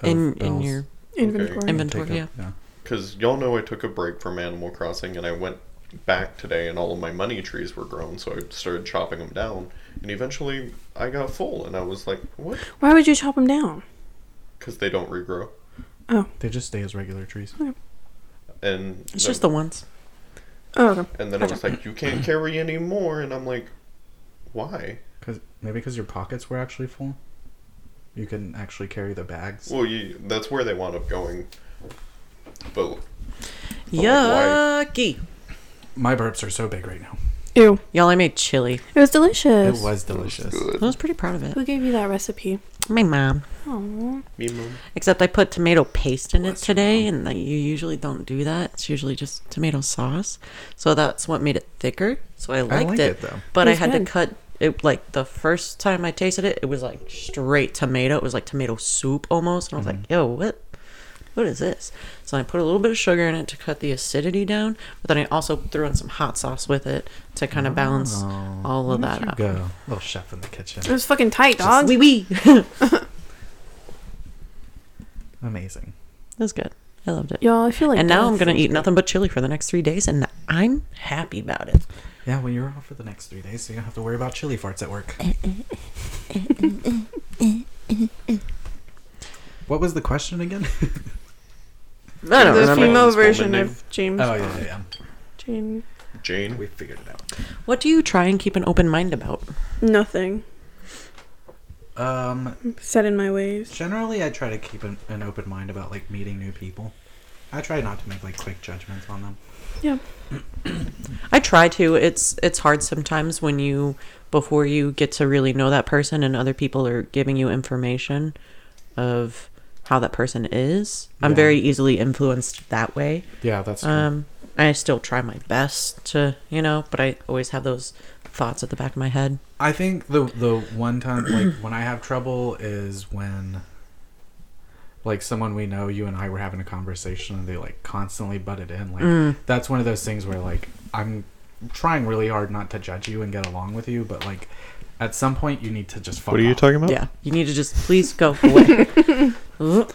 S3: of
S5: in in
S3: bells.
S5: your
S4: Inventory.
S5: Inven-
S3: Take
S5: Inventory,
S3: up- yeah.
S6: Because y'all know I took a break from Animal Crossing and I went back today and all of my money trees were grown, so I started chopping them down. And eventually I got full and I was like, what?
S4: Why would you chop them down?
S6: Because they don't regrow.
S3: They just stay as regular trees.
S6: And,
S5: It's
S6: then-
S5: just the ones.
S4: Oh, okay.
S6: and then I was like, you can't carry any more. And I'm like, why?
S3: Cause maybe because your pockets were actually full. You can actually carry the bags.
S6: Well, you, that's where they wound up going. But
S5: Yucky.
S3: My burps are so big right now.
S4: Ew.
S5: Y'all, I made chili.
S4: It was delicious.
S3: It was delicious.
S6: good.
S5: I was pretty proud of it.
S4: Who gave you that recipe?
S5: My mom.
S6: Me, Mom.
S5: Except I put tomato paste in it today, and like, you usually don't do that. It's usually just tomato sauce. So that's what made it thicker. So I liked
S3: like
S5: it,
S3: it, though.
S5: but I
S4: It's
S5: had
S4: good.
S5: to cut it. Like the first time I tasted it, it was like straight tomato. It was like tomato soup almost, and I was like, "Yo, what? What is this?" So I put a little bit of sugar in it to cut the acidity down, but then I also threw in some hot sauce with it to kind of balance all of that out.
S3: Go, little chef in the kitchen.
S4: It was fucking tight, dog.
S5: Wee wee.
S3: Amazing.
S5: That's good. I loved it.
S4: Y'all, I feel like
S5: and now
S4: death.
S5: I'm gonna eat nothing but chili for the next three days, and I'm happy about it.
S3: Yeah, well, you're off for the next three days, so you don't have to worry about chili farts at work. what was the question again?
S5: I don't
S4: the
S5: remember.
S4: female
S6: his woman
S4: version
S6: name.
S4: of James.
S3: oh, yeah, yeah,
S4: Jane.
S3: yeah.
S6: Jane.
S3: We figured it out.
S5: What do you try and keep an open mind about?
S4: Nothing.
S3: Um,
S4: Set in my ways.
S3: generally, I try to keep an, an open mind about, like, meeting new people. I try not to make, like, quick judgments on them.
S4: Yeah.
S5: I try to. It's it's hard sometimes when you before you get to really know that person, and other people are giving you information of how that person is. I'm
S3: Yeah.
S5: very easily influenced that way.
S3: Yeah, that's
S5: Um, I still try my best to, you know, but I always have those thoughts at the back of my head.
S3: I think the the one time like when I have trouble is when like someone we know, you and I were having a conversation and they like constantly butted in. Like
S5: Mm.
S3: that's one of those things where like I'm trying really hard not to judge you and get along with you, but like at some point you need to just fuck off.
S6: about?
S5: Yeah, you need to just please go away. Ugh.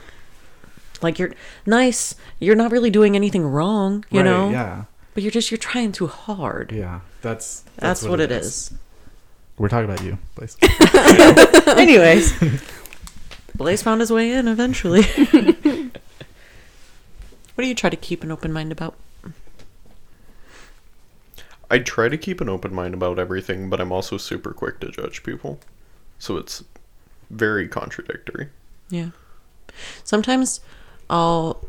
S5: like you're nice. You're not really doing anything wrong, you
S3: Right,
S5: know.
S3: Yeah.
S5: But you're just you're trying too hard.
S3: Yeah. That's
S5: That's, what, it is.
S3: We're talking about you, please.
S5: Anyways, Blaze found his way in eventually. what do you try to keep an open mind about?
S6: I try to keep an open mind about everything, but I'm also super quick to judge people. So it's very contradictory.
S5: Yeah. Sometimes I'll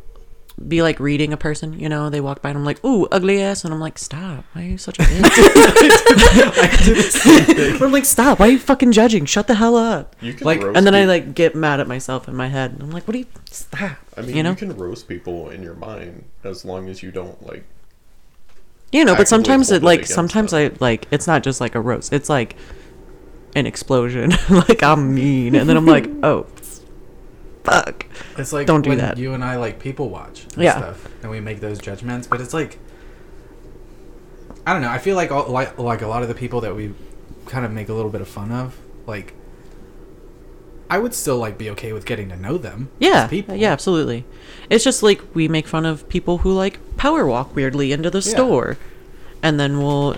S5: be like reading a person, you know, they walk by and I'm like, ooh, ugly ass. And I'm like, stop. Why are you such a bitch? I'm like, stop. Why are you fucking judging? Shut the hell up.
S6: You can
S3: Like-
S6: roast
S5: And then I
S6: peop-
S5: like get mad at myself in my head. And I'm like, what do you, stop.
S6: I mean,
S5: you
S6: you,
S5: know?
S6: can roast people in your mind as long as you don't like.
S5: You know, but
S6: actively
S5: sometimes
S6: hold
S5: it
S6: it
S5: like
S6: against
S5: sometimes I like it's not just like a roast. It's like an explosion. like I'm mean, and then I'm like, oh, fuck.
S3: It's like
S5: Don't do
S3: when
S5: that.
S3: you and I like people watch and
S5: Yeah.
S3: stuff and we make those judgments, but it's like I don't know, I feel like all like, like a lot of the people that we kind of make a little bit of fun of, like I would still like be okay with getting to know them. as
S5: Yeah,
S3: people.
S5: yeah, absolutely. It's just like we make fun of people who like power walk weirdly into the store, and then we'll,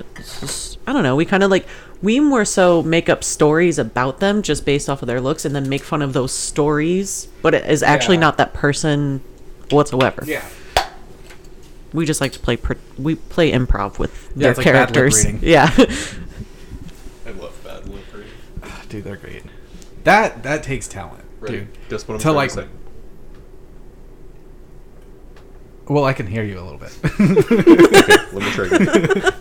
S5: I don't know, we kind of like we more so make up stories about them just based off of their looks, and then make fun of those stories, but it is actually
S3: Yeah.
S5: not that person whatsoever.
S3: Yeah.
S5: we just like to play pr we play improv with their
S3: Yeah, it's like bad lip
S5: characters.
S3: reading.
S5: yeah,
S6: I love bad lip reading.
S3: Dude, they're great. That that takes talent. Dude.
S6: That's what I'm
S3: To,
S6: trying
S3: like-
S6: to say.
S3: Well, I can hear you a little bit.
S6: Let me try again.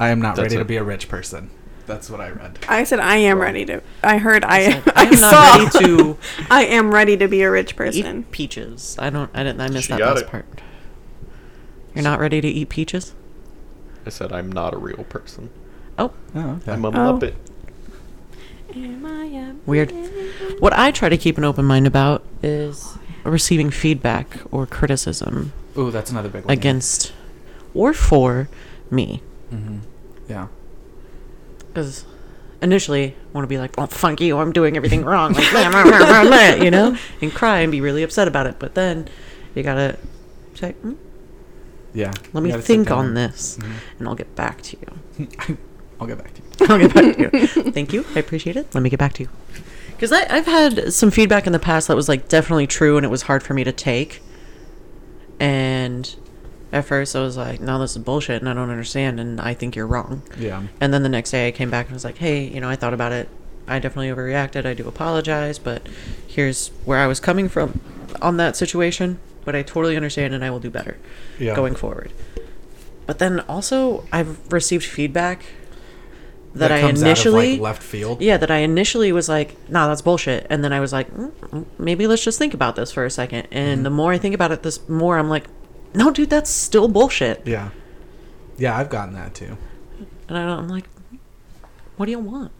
S3: I am not
S6: That's
S3: ready to
S6: it.
S3: be a rich person. That's what I read.
S4: I said I am ready to. I heard I. I,
S5: I am
S4: saw.
S5: not ready to
S4: I am ready to be a rich person.
S5: eat peaches. I don't. I didn't. I missed
S6: She
S5: that
S6: got
S5: last
S6: it.
S5: part. You're not ready to eat peaches.
S6: I said I'm not a real person.
S5: Oh,
S3: Oh, okay.
S6: I'm a
S4: Oh.
S6: muppet.
S4: Am I a-
S5: weird. What I try to keep an open mind about is receiving feedback or criticism
S3: Ooh, that's another big one. yeah.
S5: against or for me.
S3: Yeah.
S5: Because initially, I want to be like, "Oh, fuck you! I'm doing everything wrong," like, "Meh, meh, meh, meh, meh," you know, and cry and be really upset about it. But then you gotta say, "Mm,
S3: Yeah.
S5: "Let
S3: You
S5: me
S3: gotta sit
S5: think
S3: down Mm-hmm.
S5: on
S3: and-
S5: this, and I'll get back to you."
S3: I'll get back to you.
S5: I'll get back to you. Thank you, I appreciate it. Let me get back to you. Because I've had some feedback in the past that was like definitely true, and it was hard for me to take, and At first, I was like, no, this is bullshit and I don't understand and I think you're wrong.
S3: Yeah.
S5: And then the next day I came back and was like, hey, you know, I thought about it. I definitely overreacted. I do apologize, but here's where I was coming from on that situation. But I totally understand and I will do better
S3: Yeah.
S5: going forward. But then also, I've received feedback that, I
S3: comes out
S5: initially.
S3: of, like, left field.
S5: Yeah, that I initially was like, nah, that's bullshit. And then I was like, mm, mm, maybe let's just think about this for a second.
S3: Mm-hmm.
S5: And the more I think about it, this more I'm like, no, dude, that's still bullshit.
S3: Yeah. Yeah, I've gotten that too.
S5: And I don't, I'm like, what do you want?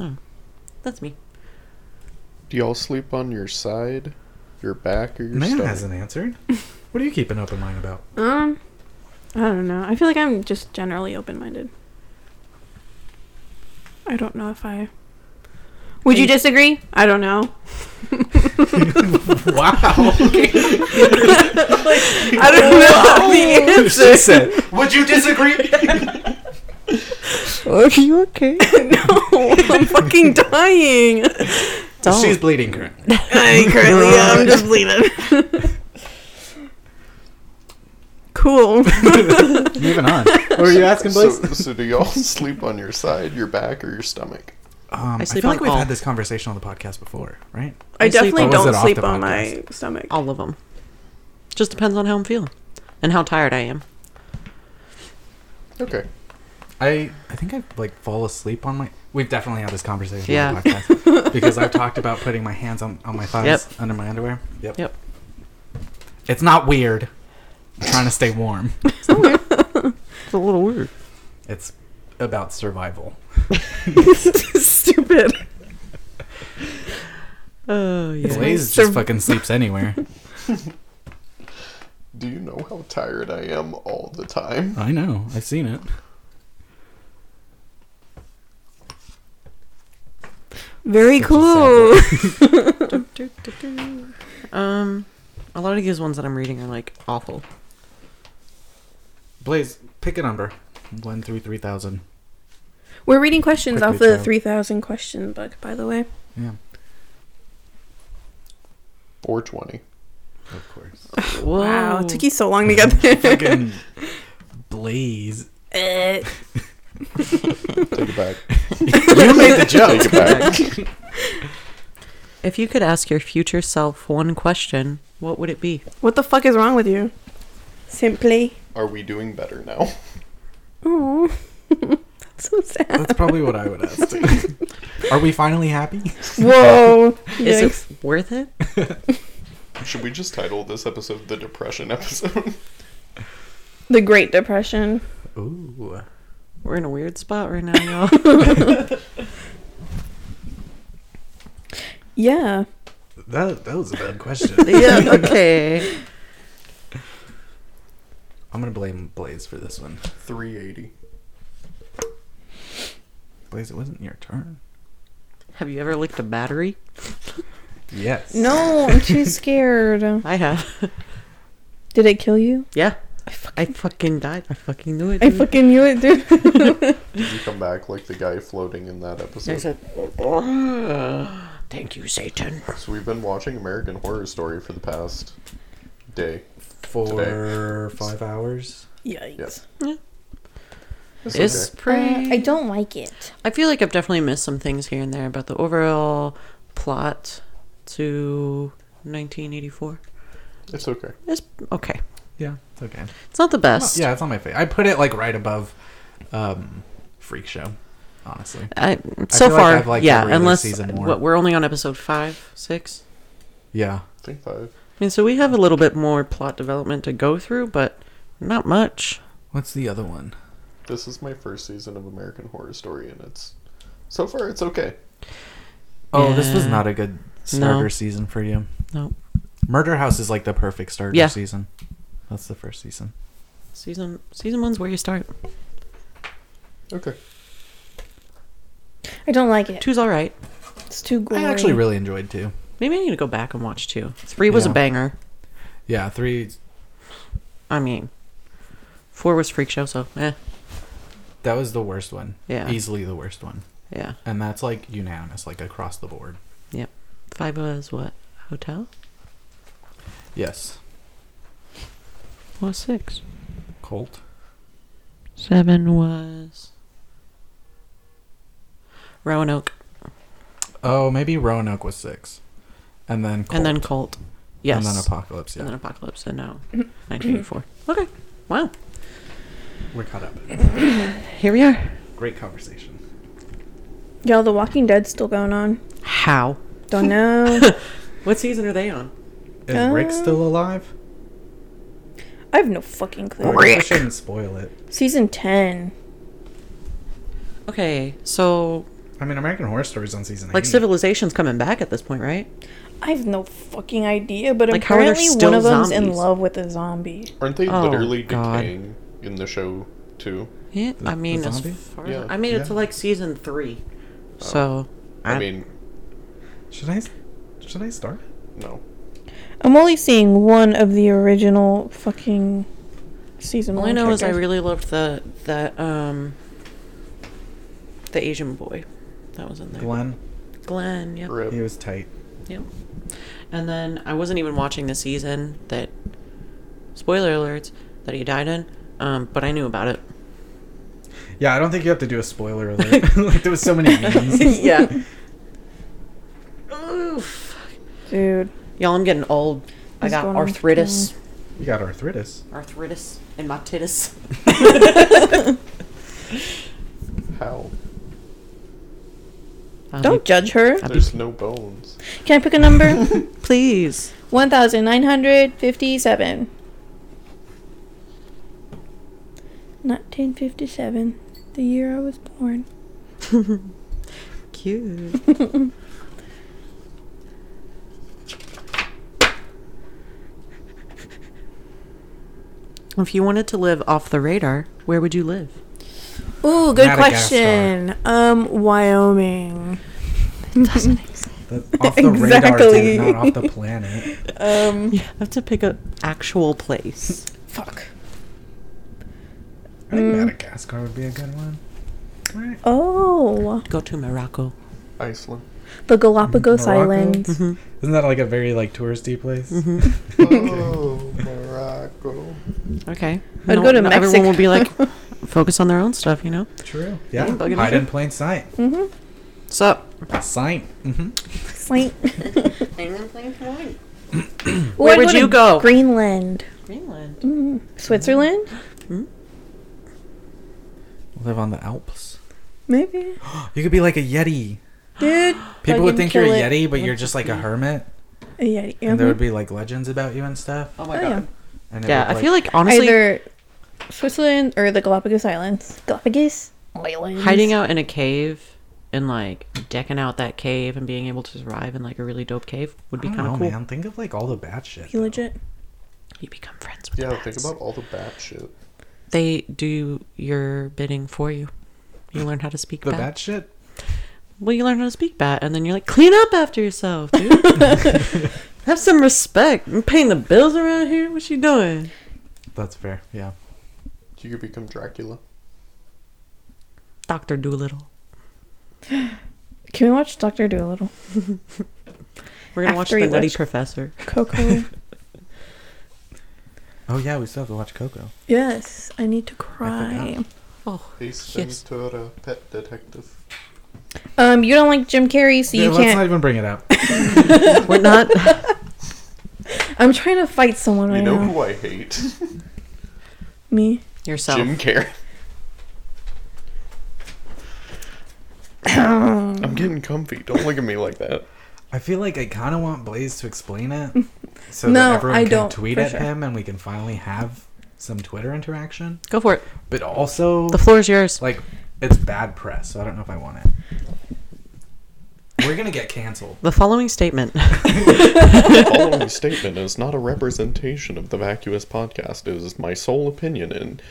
S5: Oh, that's me.
S6: Do y'all sleep on your side, your back, or your
S3: Man
S6: stomach?
S3: hasn't answered. What do you keep an open mind about?
S4: Um, I don't know. I feel like I'm just generally open-minded. I don't know if I. Would you disagree? I don't know.
S3: wow.
S4: I don't know the
S3: she said, Would you disagree?
S5: Are you okay?
S4: No, I'm fucking dying.
S5: Don't.
S3: She's bleeding currently.
S4: I currently I'm just bleeding. cool.
S3: Moving on. What were you asking,
S6: So,
S3: Blaze?
S6: so do y'all sleep on your side, your back, or your stomach?
S3: Um, I,
S5: sleep
S3: feel
S5: on
S3: like we've
S5: all.
S3: had this conversation on the podcast before, right?
S4: I
S5: I sleep
S4: definitely
S5: on- Oh,
S3: Or was
S4: don't
S3: it off
S4: sleep
S3: the
S4: on my stomach.
S5: All of them. Just depends on how I'm feeling and how tired I am.
S6: Okay.
S3: I I think I like fall asleep on my. We've definitely had this conversation
S5: Yeah.
S3: on the podcast because I've talked about putting my hands on, on my thighs
S5: Yep.
S3: under my underwear. Yep.
S5: Yep.
S3: It's not weird. I'm trying to stay warm.
S5: It's a little weird.
S3: It's about survival.
S4: Stupid.
S5: Oh, yeah.
S3: Blaze
S4: sur-
S3: just fucking sleeps anywhere.
S6: Do you know how tired I am all the time?
S3: I know. I've seen it.
S4: Very
S3: Such a
S4: cool.
S5: Um, a lot of these ones that I'm reading are like awful.
S3: Blaze, pick a number. One through three thousand.
S4: We're reading questions
S3: Quickly
S4: off the
S3: try.
S4: 3000 question book, by the way.
S3: Yeah.
S6: 420.
S3: Of course.
S4: Wow,
S5: Whoa.
S4: it took you so long to get there.
S3: fucking Blaze.
S4: Eh.
S6: Take it back.
S3: You made the
S6: Take
S3: joke.
S6: it back.
S5: If you could ask your future self one question, what would it be?
S4: what the fuck is wrong with you? Simply.
S6: Are we doing better now?
S4: Oh, so sad.
S3: That's probably what I would ask. Too. Are we finally happy?
S4: Whoa.
S5: Is
S4: Yikes.
S5: it worth it?
S6: Should we just title this episode the depression episode?
S4: The Great Depression.
S3: Ooh.
S5: We're in a weird spot right now, y'all.
S4: Yeah.
S3: That that was a bad question.
S5: yeah, okay.
S3: I'm gonna blame Blaze for this one.
S6: 380.
S3: Blaze, it wasn't your turn.
S5: Have you ever licked a battery?
S3: Yes.
S4: No, I'm too scared.
S5: I have.
S4: Did it kill you?
S5: yeah. I fucking, died. I fucking knew it.
S4: I
S5: dude.
S4: fucking knew it, dude.
S6: Did you come back like the guy floating in that
S5: I
S6: episode?
S5: said, "Ugh, thank you, Satan.
S6: So we've been watching American Horror Story for the past day.
S3: For five hours.
S4: Yikes.
S6: Yes.
S5: It's,
S6: okay.
S5: pretty. I,
S2: Uh, don't like it.
S5: feel like I've definitely missed some things here and there about the overall plot to 1984.
S6: It's okay.
S5: It's okay.
S3: Yeah, it's okay.
S5: It's not the best.
S3: Yeah, it's on my face. I put it like right above um Freak Show, honestly.
S5: I, so
S3: feel like
S5: far,
S3: I've liked
S5: yeah.
S3: every other
S5: Unless
S3: season more.
S5: what we're only on episode five, six.
S3: Yeah.
S6: I think five.
S5: I mean, so we have a little bit more plot development to go through, but not much.
S3: What's the other one?
S6: This is my first season of American Horror Story, and it's so far it's okay.
S3: Oh, this was
S5: Yeah.
S3: not a good starter
S5: No.
S3: season for you.
S5: No,
S3: Murder House is like the perfect starter
S5: Yeah.
S3: season. That's the first season.
S5: season season one's where you start.
S6: Okay.
S2: I don't like it.
S5: Two's all right.
S2: It's too
S3: I
S2: gory.
S3: actually really enjoyed two.
S5: Maybe I need to go back and watch two. Three was
S3: Yeah.
S5: a banger.
S3: Yeah, three.
S5: I mean, four was freak show. So eh,
S3: That was the worst one.
S5: Yeah.
S3: Easily the worst one.
S5: yeah,
S3: And that's like unanimous, like across the board.
S5: yep. Five was what hotel?
S3: Yes.
S5: was six.
S3: Colt.
S5: Seven was Roanoke,
S3: Oh, maybe Roanoke was six, and then Colt.
S5: and then Colt. Yes.
S3: and then Apocalypse. Yeah,
S5: And then Apocalypse. And no, 1984. okay. Wow.
S3: we're caught up.
S5: Here we are.
S3: Great conversation.
S2: Yo, The Walking Dead's still going on.
S5: How?
S2: Don't know.
S5: What season are they on?
S3: Is
S5: Uh,
S3: Rick still alive?
S2: I have no fucking
S3: I
S2: clue.
S3: guess I shouldn't spoil it.
S2: Season 10.
S5: Okay, so
S3: I mean, American Horror Stories on season
S5: like
S3: eight.
S5: civilization's coming back at this point, right?
S2: I have no fucking idea, but
S5: Like, how are there
S2: apparently
S5: still
S2: one of them's in
S5: zombies?
S2: love with a zombie.
S6: Aren't they
S5: Oh,
S6: literally
S5: God.
S6: decaying in the show too?
S5: Yeah, I mean,
S3: the
S5: as
S3: zombie? Oh.
S5: far
S6: Yeah.
S5: as I made it to
S3: Yeah.
S5: like season three, so
S6: I mean,
S3: Should I? Should I start?
S6: no.
S2: I'm only seeing one of the original fucking season
S5: all I
S2: one.
S5: know is I
S2: characters.
S5: really loved the that um the Asian boy that was in there, Glenn.
S3: Glenn.
S5: yeah,
S6: Rip.
S3: He was tight.
S5: yeah. And then I wasn't even watching the season that spoiler alerts that he died in, um, but I knew about it.
S3: Yeah, I don't think you have to do a spoiler alert. like there was so many memes.
S5: yeah. Oof.
S2: Dude.
S5: Y'all, I'm getting old. I
S2: What's
S5: got
S2: going on?
S5: arthritis.
S3: You got arthritis.
S5: Arthritis in my titties.
S6: How?
S2: Don't judge her.
S6: There's no bones.
S2: Can I pick a number?
S5: Please.
S2: 1957. 1957, the year I was born.
S5: Cute. if you wanted to live off the radar, where would you live?
S4: Ooh, good
S3: Madagascar.
S4: question. Um, Wyoming.
S3: The, off the radar,
S4: Exactly.
S3: dude, not off the planet.
S4: Um,
S5: You have to pick an actual place.
S4: fuck.
S3: I think Madagascar would be a good one. Right.
S2: Oh,
S5: Go to Morocco.
S6: Iceland.
S2: the Galapagos
S3: Morocco?
S2: Islands.
S3: Isn't that like a very like touristy place?
S6: oh, Morocco.
S5: Okay.
S2: I'd go to
S5: Everyone will be like,
S2: Mexico.
S5: focus on their own stuff, you know?
S3: True. Yeah.
S5: Ain't bugging
S3: Hide
S5: me.
S3: in plain sight.
S5: So,
S3: Sight. Mm-hmm.
S2: Slant.
S5: Where would you go?
S2: Greenland.
S5: Greenland.
S2: Switzerland?
S3: Live on the Alps.
S2: Maybe.
S3: You could be like a yeti.
S2: Dude.
S3: People would
S2: Fucking
S3: think you're a
S2: kill it.
S3: yeti, but you're just like a hermit,
S2: A Yeti.
S3: and
S4: Mm-hmm.
S3: there
S2: mhm.
S3: would be like legends about you and stuff.
S5: Oh my
S2: Oh,
S5: god.
S2: yeah.
S3: And it
S5: Yeah,
S3: would,
S5: I feel like honestly
S2: Either Switzerland or the Galapagos Islands. Galapagos Islands.
S5: hiding out in a cave and like decking out that cave and being able to survive in like a really dope cave would be
S3: I don't
S5: kind
S3: know,
S5: of cool.
S3: man. Think of like all the bad shit.
S2: You legit?
S5: You become friends with
S6: Yeah,
S5: the
S6: think
S5: bats.
S6: about all the bat shit.
S5: They do your bidding for you. You learn how to speak
S3: The
S5: bat.
S3: bad shit.
S5: Well, you learn how to speak bat, and then you're like, clean up after yourself, dude. Have some respect. I'm paying the bills around here. What you doing?
S3: That's fair. Yeah.
S6: You could become Dracula.
S5: Doctor Doolittle.
S2: Can we watch Doctor Dolittle?
S5: We're
S2: After
S5: gonna watch
S2: you
S5: the Nutty
S2: watch-
S5: Professor.
S2: Coco.
S3: Oh yeah, we still have to watch Coco.
S4: Yes, I need to cry.
S5: Oh,
S6: Ace
S5: Yes.
S6: Ventura, Pet Detective.
S2: um, you don't like Jim Carrey, so
S3: Yeah,
S2: you
S3: let's
S2: can't.
S3: not even bring it up.
S5: we're not.
S2: I'm trying to fight someone right
S6: You know
S2: now.
S6: who I hate?
S2: Me.
S5: Yourself.
S6: Jim Carrey. I'm getting comfy. Don't look at me like that.
S3: I feel like I kind of want Blaze to explain it, so
S2: No,
S3: that everyone
S2: I
S3: can
S2: don't,
S3: tweet
S2: for
S3: at
S2: sure.
S3: him, and we can finally have some Twitter interaction.
S5: Go for it.
S3: But also,
S5: The floor is yours.
S3: like, it's bad press, so I don't know if I want it. We're gonna get canceled.
S5: The following statement.
S6: The following statement is not a representation of the Vacuous podcast. It is my sole opinion and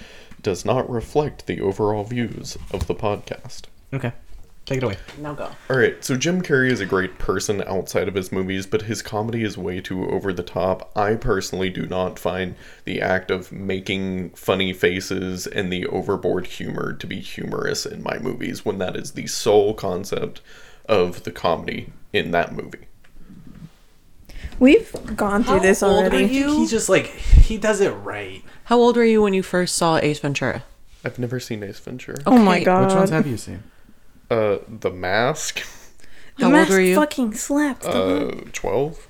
S6: does not reflect the overall views of the podcast.
S3: Okay, take it away.
S5: now go.
S6: All right, so Jim Carrey is a great person outside of his movies, but his comedy is way too over the top. I personally do not find the act of making funny faces and the overboard humor to be humorous in my movies when that is the sole concept of the comedy in that movie.
S2: We've gone through this
S5: old were
S2: already.
S5: you?
S3: He just like he does it right.
S5: How old were you when you first saw Ace Ventura?
S6: I've never seen Ace Ventura.
S2: Oh my
S5: Okay,
S2: god.
S3: Which
S4: Um,
S3: ones have you seen?
S6: Uh, The Mask.
S2: The
S5: How old
S2: mask
S5: were you?
S2: fucking slapped. the
S6: Uh,
S5: Mm-hmm.
S6: twelve.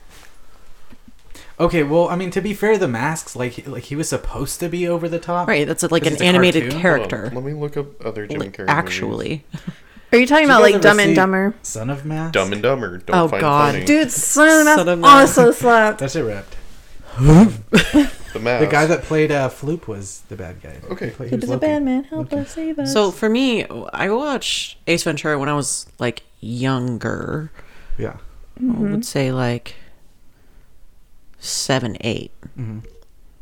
S3: Okay, well, I mean, to be fair, the masks like he- like he was supposed to be over the top.
S5: Right, that's like an
S3: Is it a
S5: animated
S3: cartoon?
S6: Hold on,
S5: character.
S6: Let me look up other Jim
S5: Like,
S6: Carrey. movies.
S5: actually,
S4: Are you talking
S3: Did you
S4: about
S3: guys
S4: like
S3: ever
S4: Dumb and
S3: see
S4: Dumber?
S3: Son of Mask.
S6: Dumb and Dumber. Don't
S5: Oh,
S6: find
S5: God.
S6: funny.
S4: Dude, Son
S5: Son of
S4: of
S5: Man.
S4: also slapped.
S3: That's it wrapped.
S6: The Mask.
S3: The guy that played uh, Floop was the bad guy.
S6: Okay.
S3: He played- he
S2: It is a
S3: was Loki.
S2: bad man. Help us save us.
S5: so for me, I watched Ace Ventura when I was like younger.
S3: Yeah.
S5: I would say like seven, eight.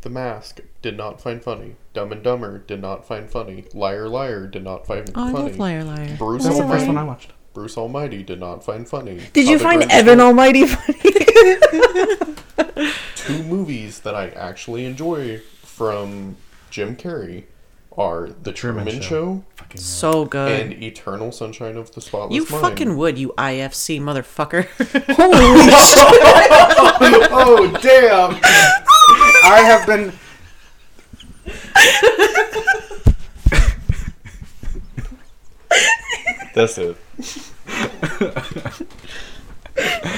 S6: The Mask did not find funny. Dumb and Dumber did not find funny. Liar Liar did not find
S5: Oh, I
S6: funny.
S5: love Liar Liar.
S6: Bruce
S3: That's the first
S6: Almighty.
S3: one I watched.
S6: Bruce Almighty did not find funny.
S2: Did you
S6: Other
S2: find
S6: than
S2: Evan Almighty funny?
S6: two movies that I actually enjoy from Jim Carrey are The Truman,
S3: Truman
S6: Show,
S5: So good.
S6: and Eternal Sunshine of the Spotless
S5: you
S6: Mind.
S5: fucking would, you IFC motherfucker.
S3: oh damn! I have been.
S6: That's it.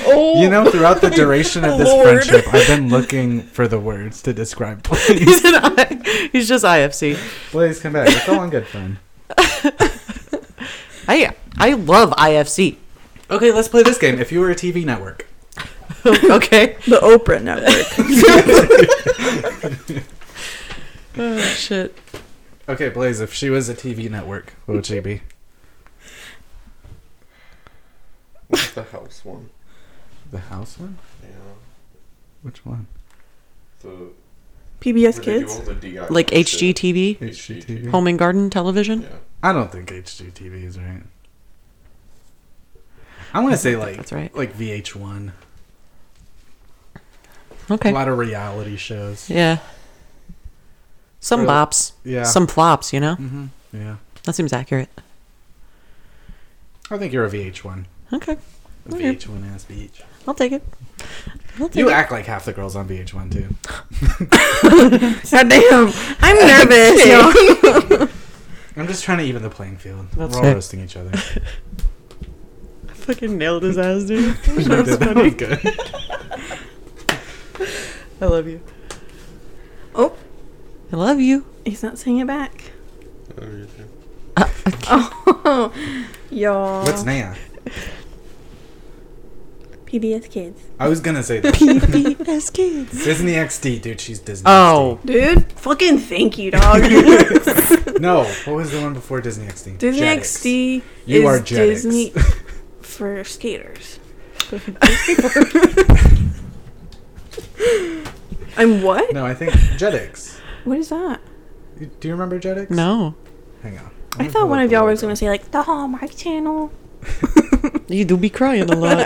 S3: You know, throughout the duration of this friendship, I've been looking for the words to describe. Please,
S5: he's, an I- he's just IFC.
S3: please come back. It's all in good fun.
S5: I I love IFC.
S3: Okay, let's play this game. If you were a TV network,
S5: okay.
S2: the Oprah Network.
S5: Oh shit.
S3: okay, Blaze. If she was a TV network, what would she be?
S6: What's the house one?
S3: The house one?
S6: Yeah.
S3: Which one?
S6: The, where
S2: PBS
S6: they do
S2: Kids.
S6: all the DIY
S5: Like
S6: shit.
S5: HGTV,
S6: HGTV.
S5: Home and Garden Television.
S6: Yeah.
S3: I don't think HGTV is right. I'm gonna say like
S5: that's right.
S3: like VH1. A
S5: Okay.
S3: lot of reality shows.
S5: Yeah. Some
S3: Really?
S5: bops.
S3: Yeah.
S5: Some flops, you know?
S3: hmm Yeah.
S5: That seems accurate.
S3: I think you're a VH1.
S5: Okay.
S3: A
S5: Okay.
S3: VH1 ass beach.
S5: I'll take it. I'll take
S3: You
S5: it.
S3: act like half the girls on VH1 too.
S4: God damn. I'm nervous, y'all.
S3: I'm just trying to even the playing field.
S5: That's
S3: We're all
S5: fair.
S3: roasting each other.
S5: fucking nailed his ass, dude.
S3: That was good.
S5: I love you.
S4: Oh,
S5: I love you.
S4: he's not saying it back.
S2: Oh, y'all.
S3: What's
S4: Oh.
S3: Naya?
S2: PBS Kids.
S3: I was gonna say that.
S5: PBS kids.
S3: Disney XD, dude. She's Disney.
S5: Oh,
S4: Dude, fucking thank you, dog.
S3: XD. no. What was the one before Disney XD?
S4: Disney
S3: Jetix.
S4: XD
S3: You
S4: is
S3: are Jetix.
S4: Disney for skaters. I'm what?
S3: No, I think Jetix.
S4: What is that?
S3: You- Do you remember Jetix?
S5: no.
S3: Hang on.
S4: I thought one of y'all was gonna say like the Hallmark Channel.
S5: You do be crying a lot.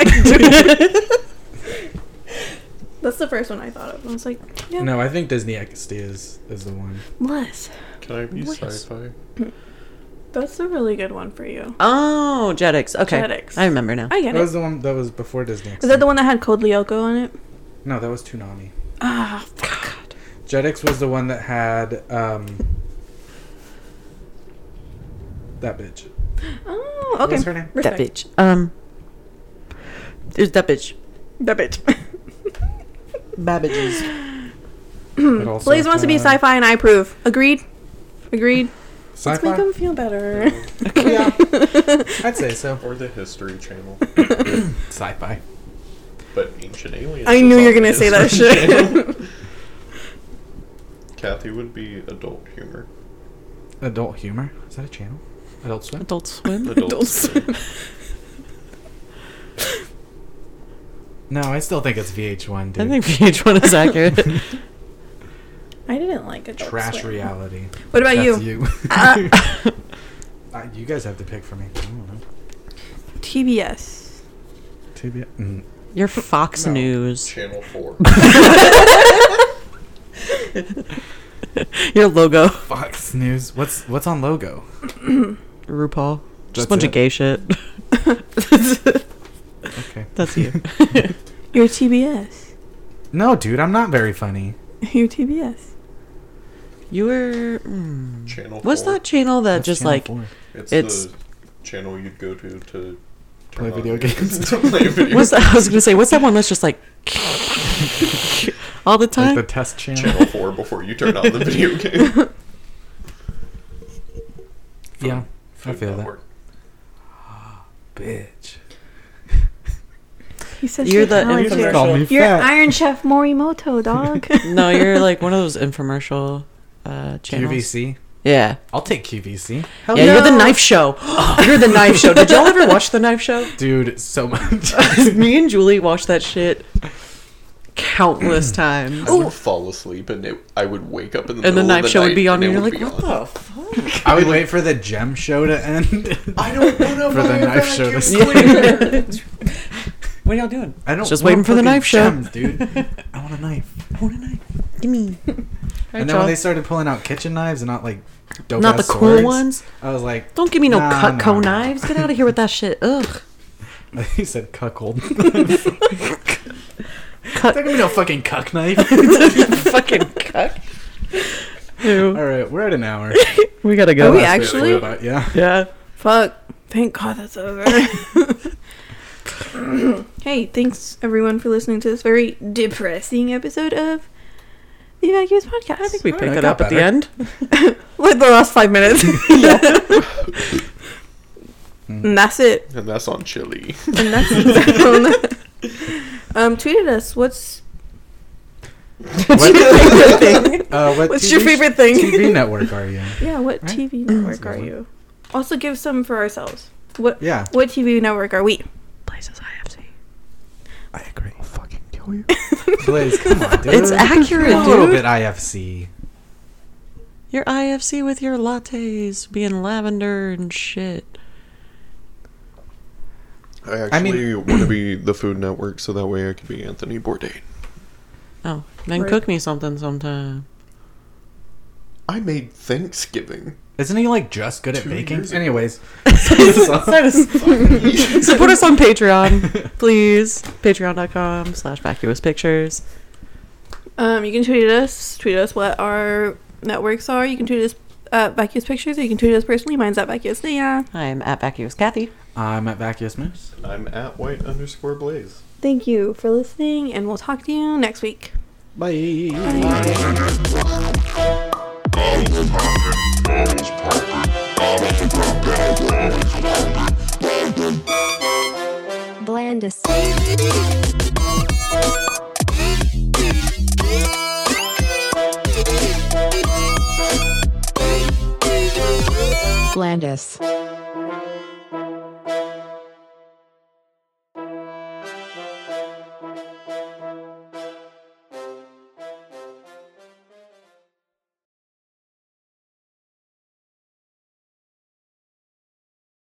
S4: That's the first one I thought of. I was like, yeah,
S3: No, I think Disney XD is is the one.
S4: less.
S6: Can I be
S5: What is-
S6: sci-fi?
S4: That's a really good one for you.
S5: oh, Jetix. Okay.
S4: Jetix.
S5: I remember now.
S4: I get
S3: That
S4: it.
S3: was the one that was before Disney. XD.
S4: Is that the one that had Code Lyoko on it?
S3: No, that was Toonami.
S4: Ah, God.
S3: Jetix was the one that had um that bitch.
S4: Oh,
S3: What
S4: okay.
S3: was her name?
S5: that
S4: Respect.
S5: bitch. Um. There's that bitch.
S4: That bitch.
S5: Babbage's.
S3: It also
S4: Hmm. Blaze wants to be
S3: had- uh,
S4: sci-fi, and I approve. Agreed. Agreed. Let's
S3: Sci-fi?
S4: make him feel better.
S3: yeah, I'd say so.
S6: Or the History Channel,
S3: Sci-fi.
S6: but Ancient Aliens.
S4: I
S6: is
S4: knew you were
S6: on the
S4: gonna say that
S6: History
S4: shit.
S6: Channel. Kathy would be adult humor.
S3: Adult humor. Is that a channel? Adult Swim.
S5: Adult Swim.
S6: Adult humor.
S3: No, I still think it's VH1, dude.
S5: I think VH1 is accurate.
S4: I didn't like a
S3: trash reality.
S4: What about you?
S3: That's you. Uh, you guys have to pick for me. I don't know.
S4: TBS.
S3: TBS. Mm.
S5: You're Fox
S6: No.
S5: News.
S6: Channel Four.
S5: Your logo.
S3: Fox News. What's what's on logo?
S5: RuPaul. Just
S3: That's
S5: a bunch
S3: it.
S5: of gay shit.
S3: Okay.
S5: That's you.
S4: Your TBS.
S3: No, dude, I'm not very funny.
S4: UTBS.
S5: You were. Mm,
S6: Channel
S5: what's
S6: four.
S5: that channel that
S3: That's
S5: just
S3: channel
S5: like
S3: four.
S6: It's,
S5: It's-
S6: the channel you'd go to to turn
S3: Play
S6: on
S3: video
S6: your-
S3: games.
S6: to play video
S5: What's that? I was gonna say, what's that one that's just like all the
S3: like
S5: time?
S3: the test channel.
S6: channel four before you turn on the video game.
S3: yeah, I feel that.
S6: Network.
S3: Bitch.
S4: He says
S5: You're the
S4: technology.
S5: infamous-
S3: Call me
S4: You're
S3: fat.
S4: Iron Chef Morimoto, dog.
S5: no, you're like one of those infomercial uh, channels.
S3: QVC.
S5: Yeah,
S3: I'll take QVC.
S5: yeah. You're the knife show. you're the knife show. Did y'all ever watch the knife show?
S3: Dude, so much.
S5: Me and Julie watched that shit countless times.
S6: I would fall asleep and it, I would wake up in the
S5: and the
S6: middle
S5: knife
S6: of the
S5: show would
S6: night
S5: be on, and
S6: and
S5: you're
S6: it
S5: like,
S6: would be
S5: what
S6: on.
S5: the fuck?
S3: I would wait for the gem show to end.
S6: I don't want to
S3: For the knife show to start.
S5: What are y'all doing?
S3: I don't
S5: Just
S3: want
S5: waiting for the
S3: fucking
S5: knife show.
S3: gems, dude. I want a knife.
S5: Hold a knife. Give me.
S3: and then when they started pulling out kitchen knives and not like dope
S5: Not the
S3: ass
S5: cool
S3: swords,
S5: ones.
S3: I was like,
S5: Don't give me no
S3: Nah,
S5: Cutco
S3: nah, nah.
S5: knives. Get out of here with that shit. Ugh.
S3: he said cuckold.
S5: Cut.
S3: Don't give me no fucking cuck knife.
S5: fucking cuck.
S3: All right, we're at an hour.
S5: We gotta
S4: Are
S5: go.
S4: we actually?
S3: But yeah,
S5: yeah.
S4: Fuck. Thank God that's over. hey, thanks everyone for listening to this very depressing episode of the Vacuous Podcast.
S5: I think we
S3: Alright,
S5: pick
S3: I
S5: it up
S3: got
S5: at the
S3: better.
S5: end.
S4: Like the last five minutes. and that's it.
S6: And that's on Chili.
S4: And that's it. um, tweeted us. What's
S3: uh, what
S4: what's
S3: TV
S4: your favorite thing?
S3: TV network are you? in?
S4: yeah, what
S3: Right?
S4: TV network
S3: good
S4: are
S3: one.
S4: you? Also, give some for ourselves. What
S3: Yeah,
S4: what TV network are we?
S5: Places I have seen.
S3: I agree. fucking kill you, Blaze. Come on, dude.
S5: It's accurate,
S3: a little
S5: dude.
S3: bit IFC.
S5: Your IFC with your lattes being lavender and shit.
S6: I
S3: I mean-
S6: actually want to be the Food Network so that way I could be Anthony Bourdain.
S5: Oh, then
S4: Right.
S5: cook me something sometime.
S6: I made Thanksgiving.
S3: Isn't he like just good at
S6: Two
S3: baking?
S6: years ago.
S3: Anyways,
S5: Support us on Patreon, please. Patreon.com slash vacuous pictures.
S4: Um, you can tweet at us. Tweet us what our networks are. You can tweet us at Vacuous Pictures, or you can tweet us personally. Mine's at Vacuous Nia.
S5: I'm at vacuous Kathy.
S3: I'm at Vacuous Moose.
S6: I'm at white underscore blaze.
S4: Thank you for listening, and we'll talk to you next week.
S3: Bye.
S7: Blandis. Blandis.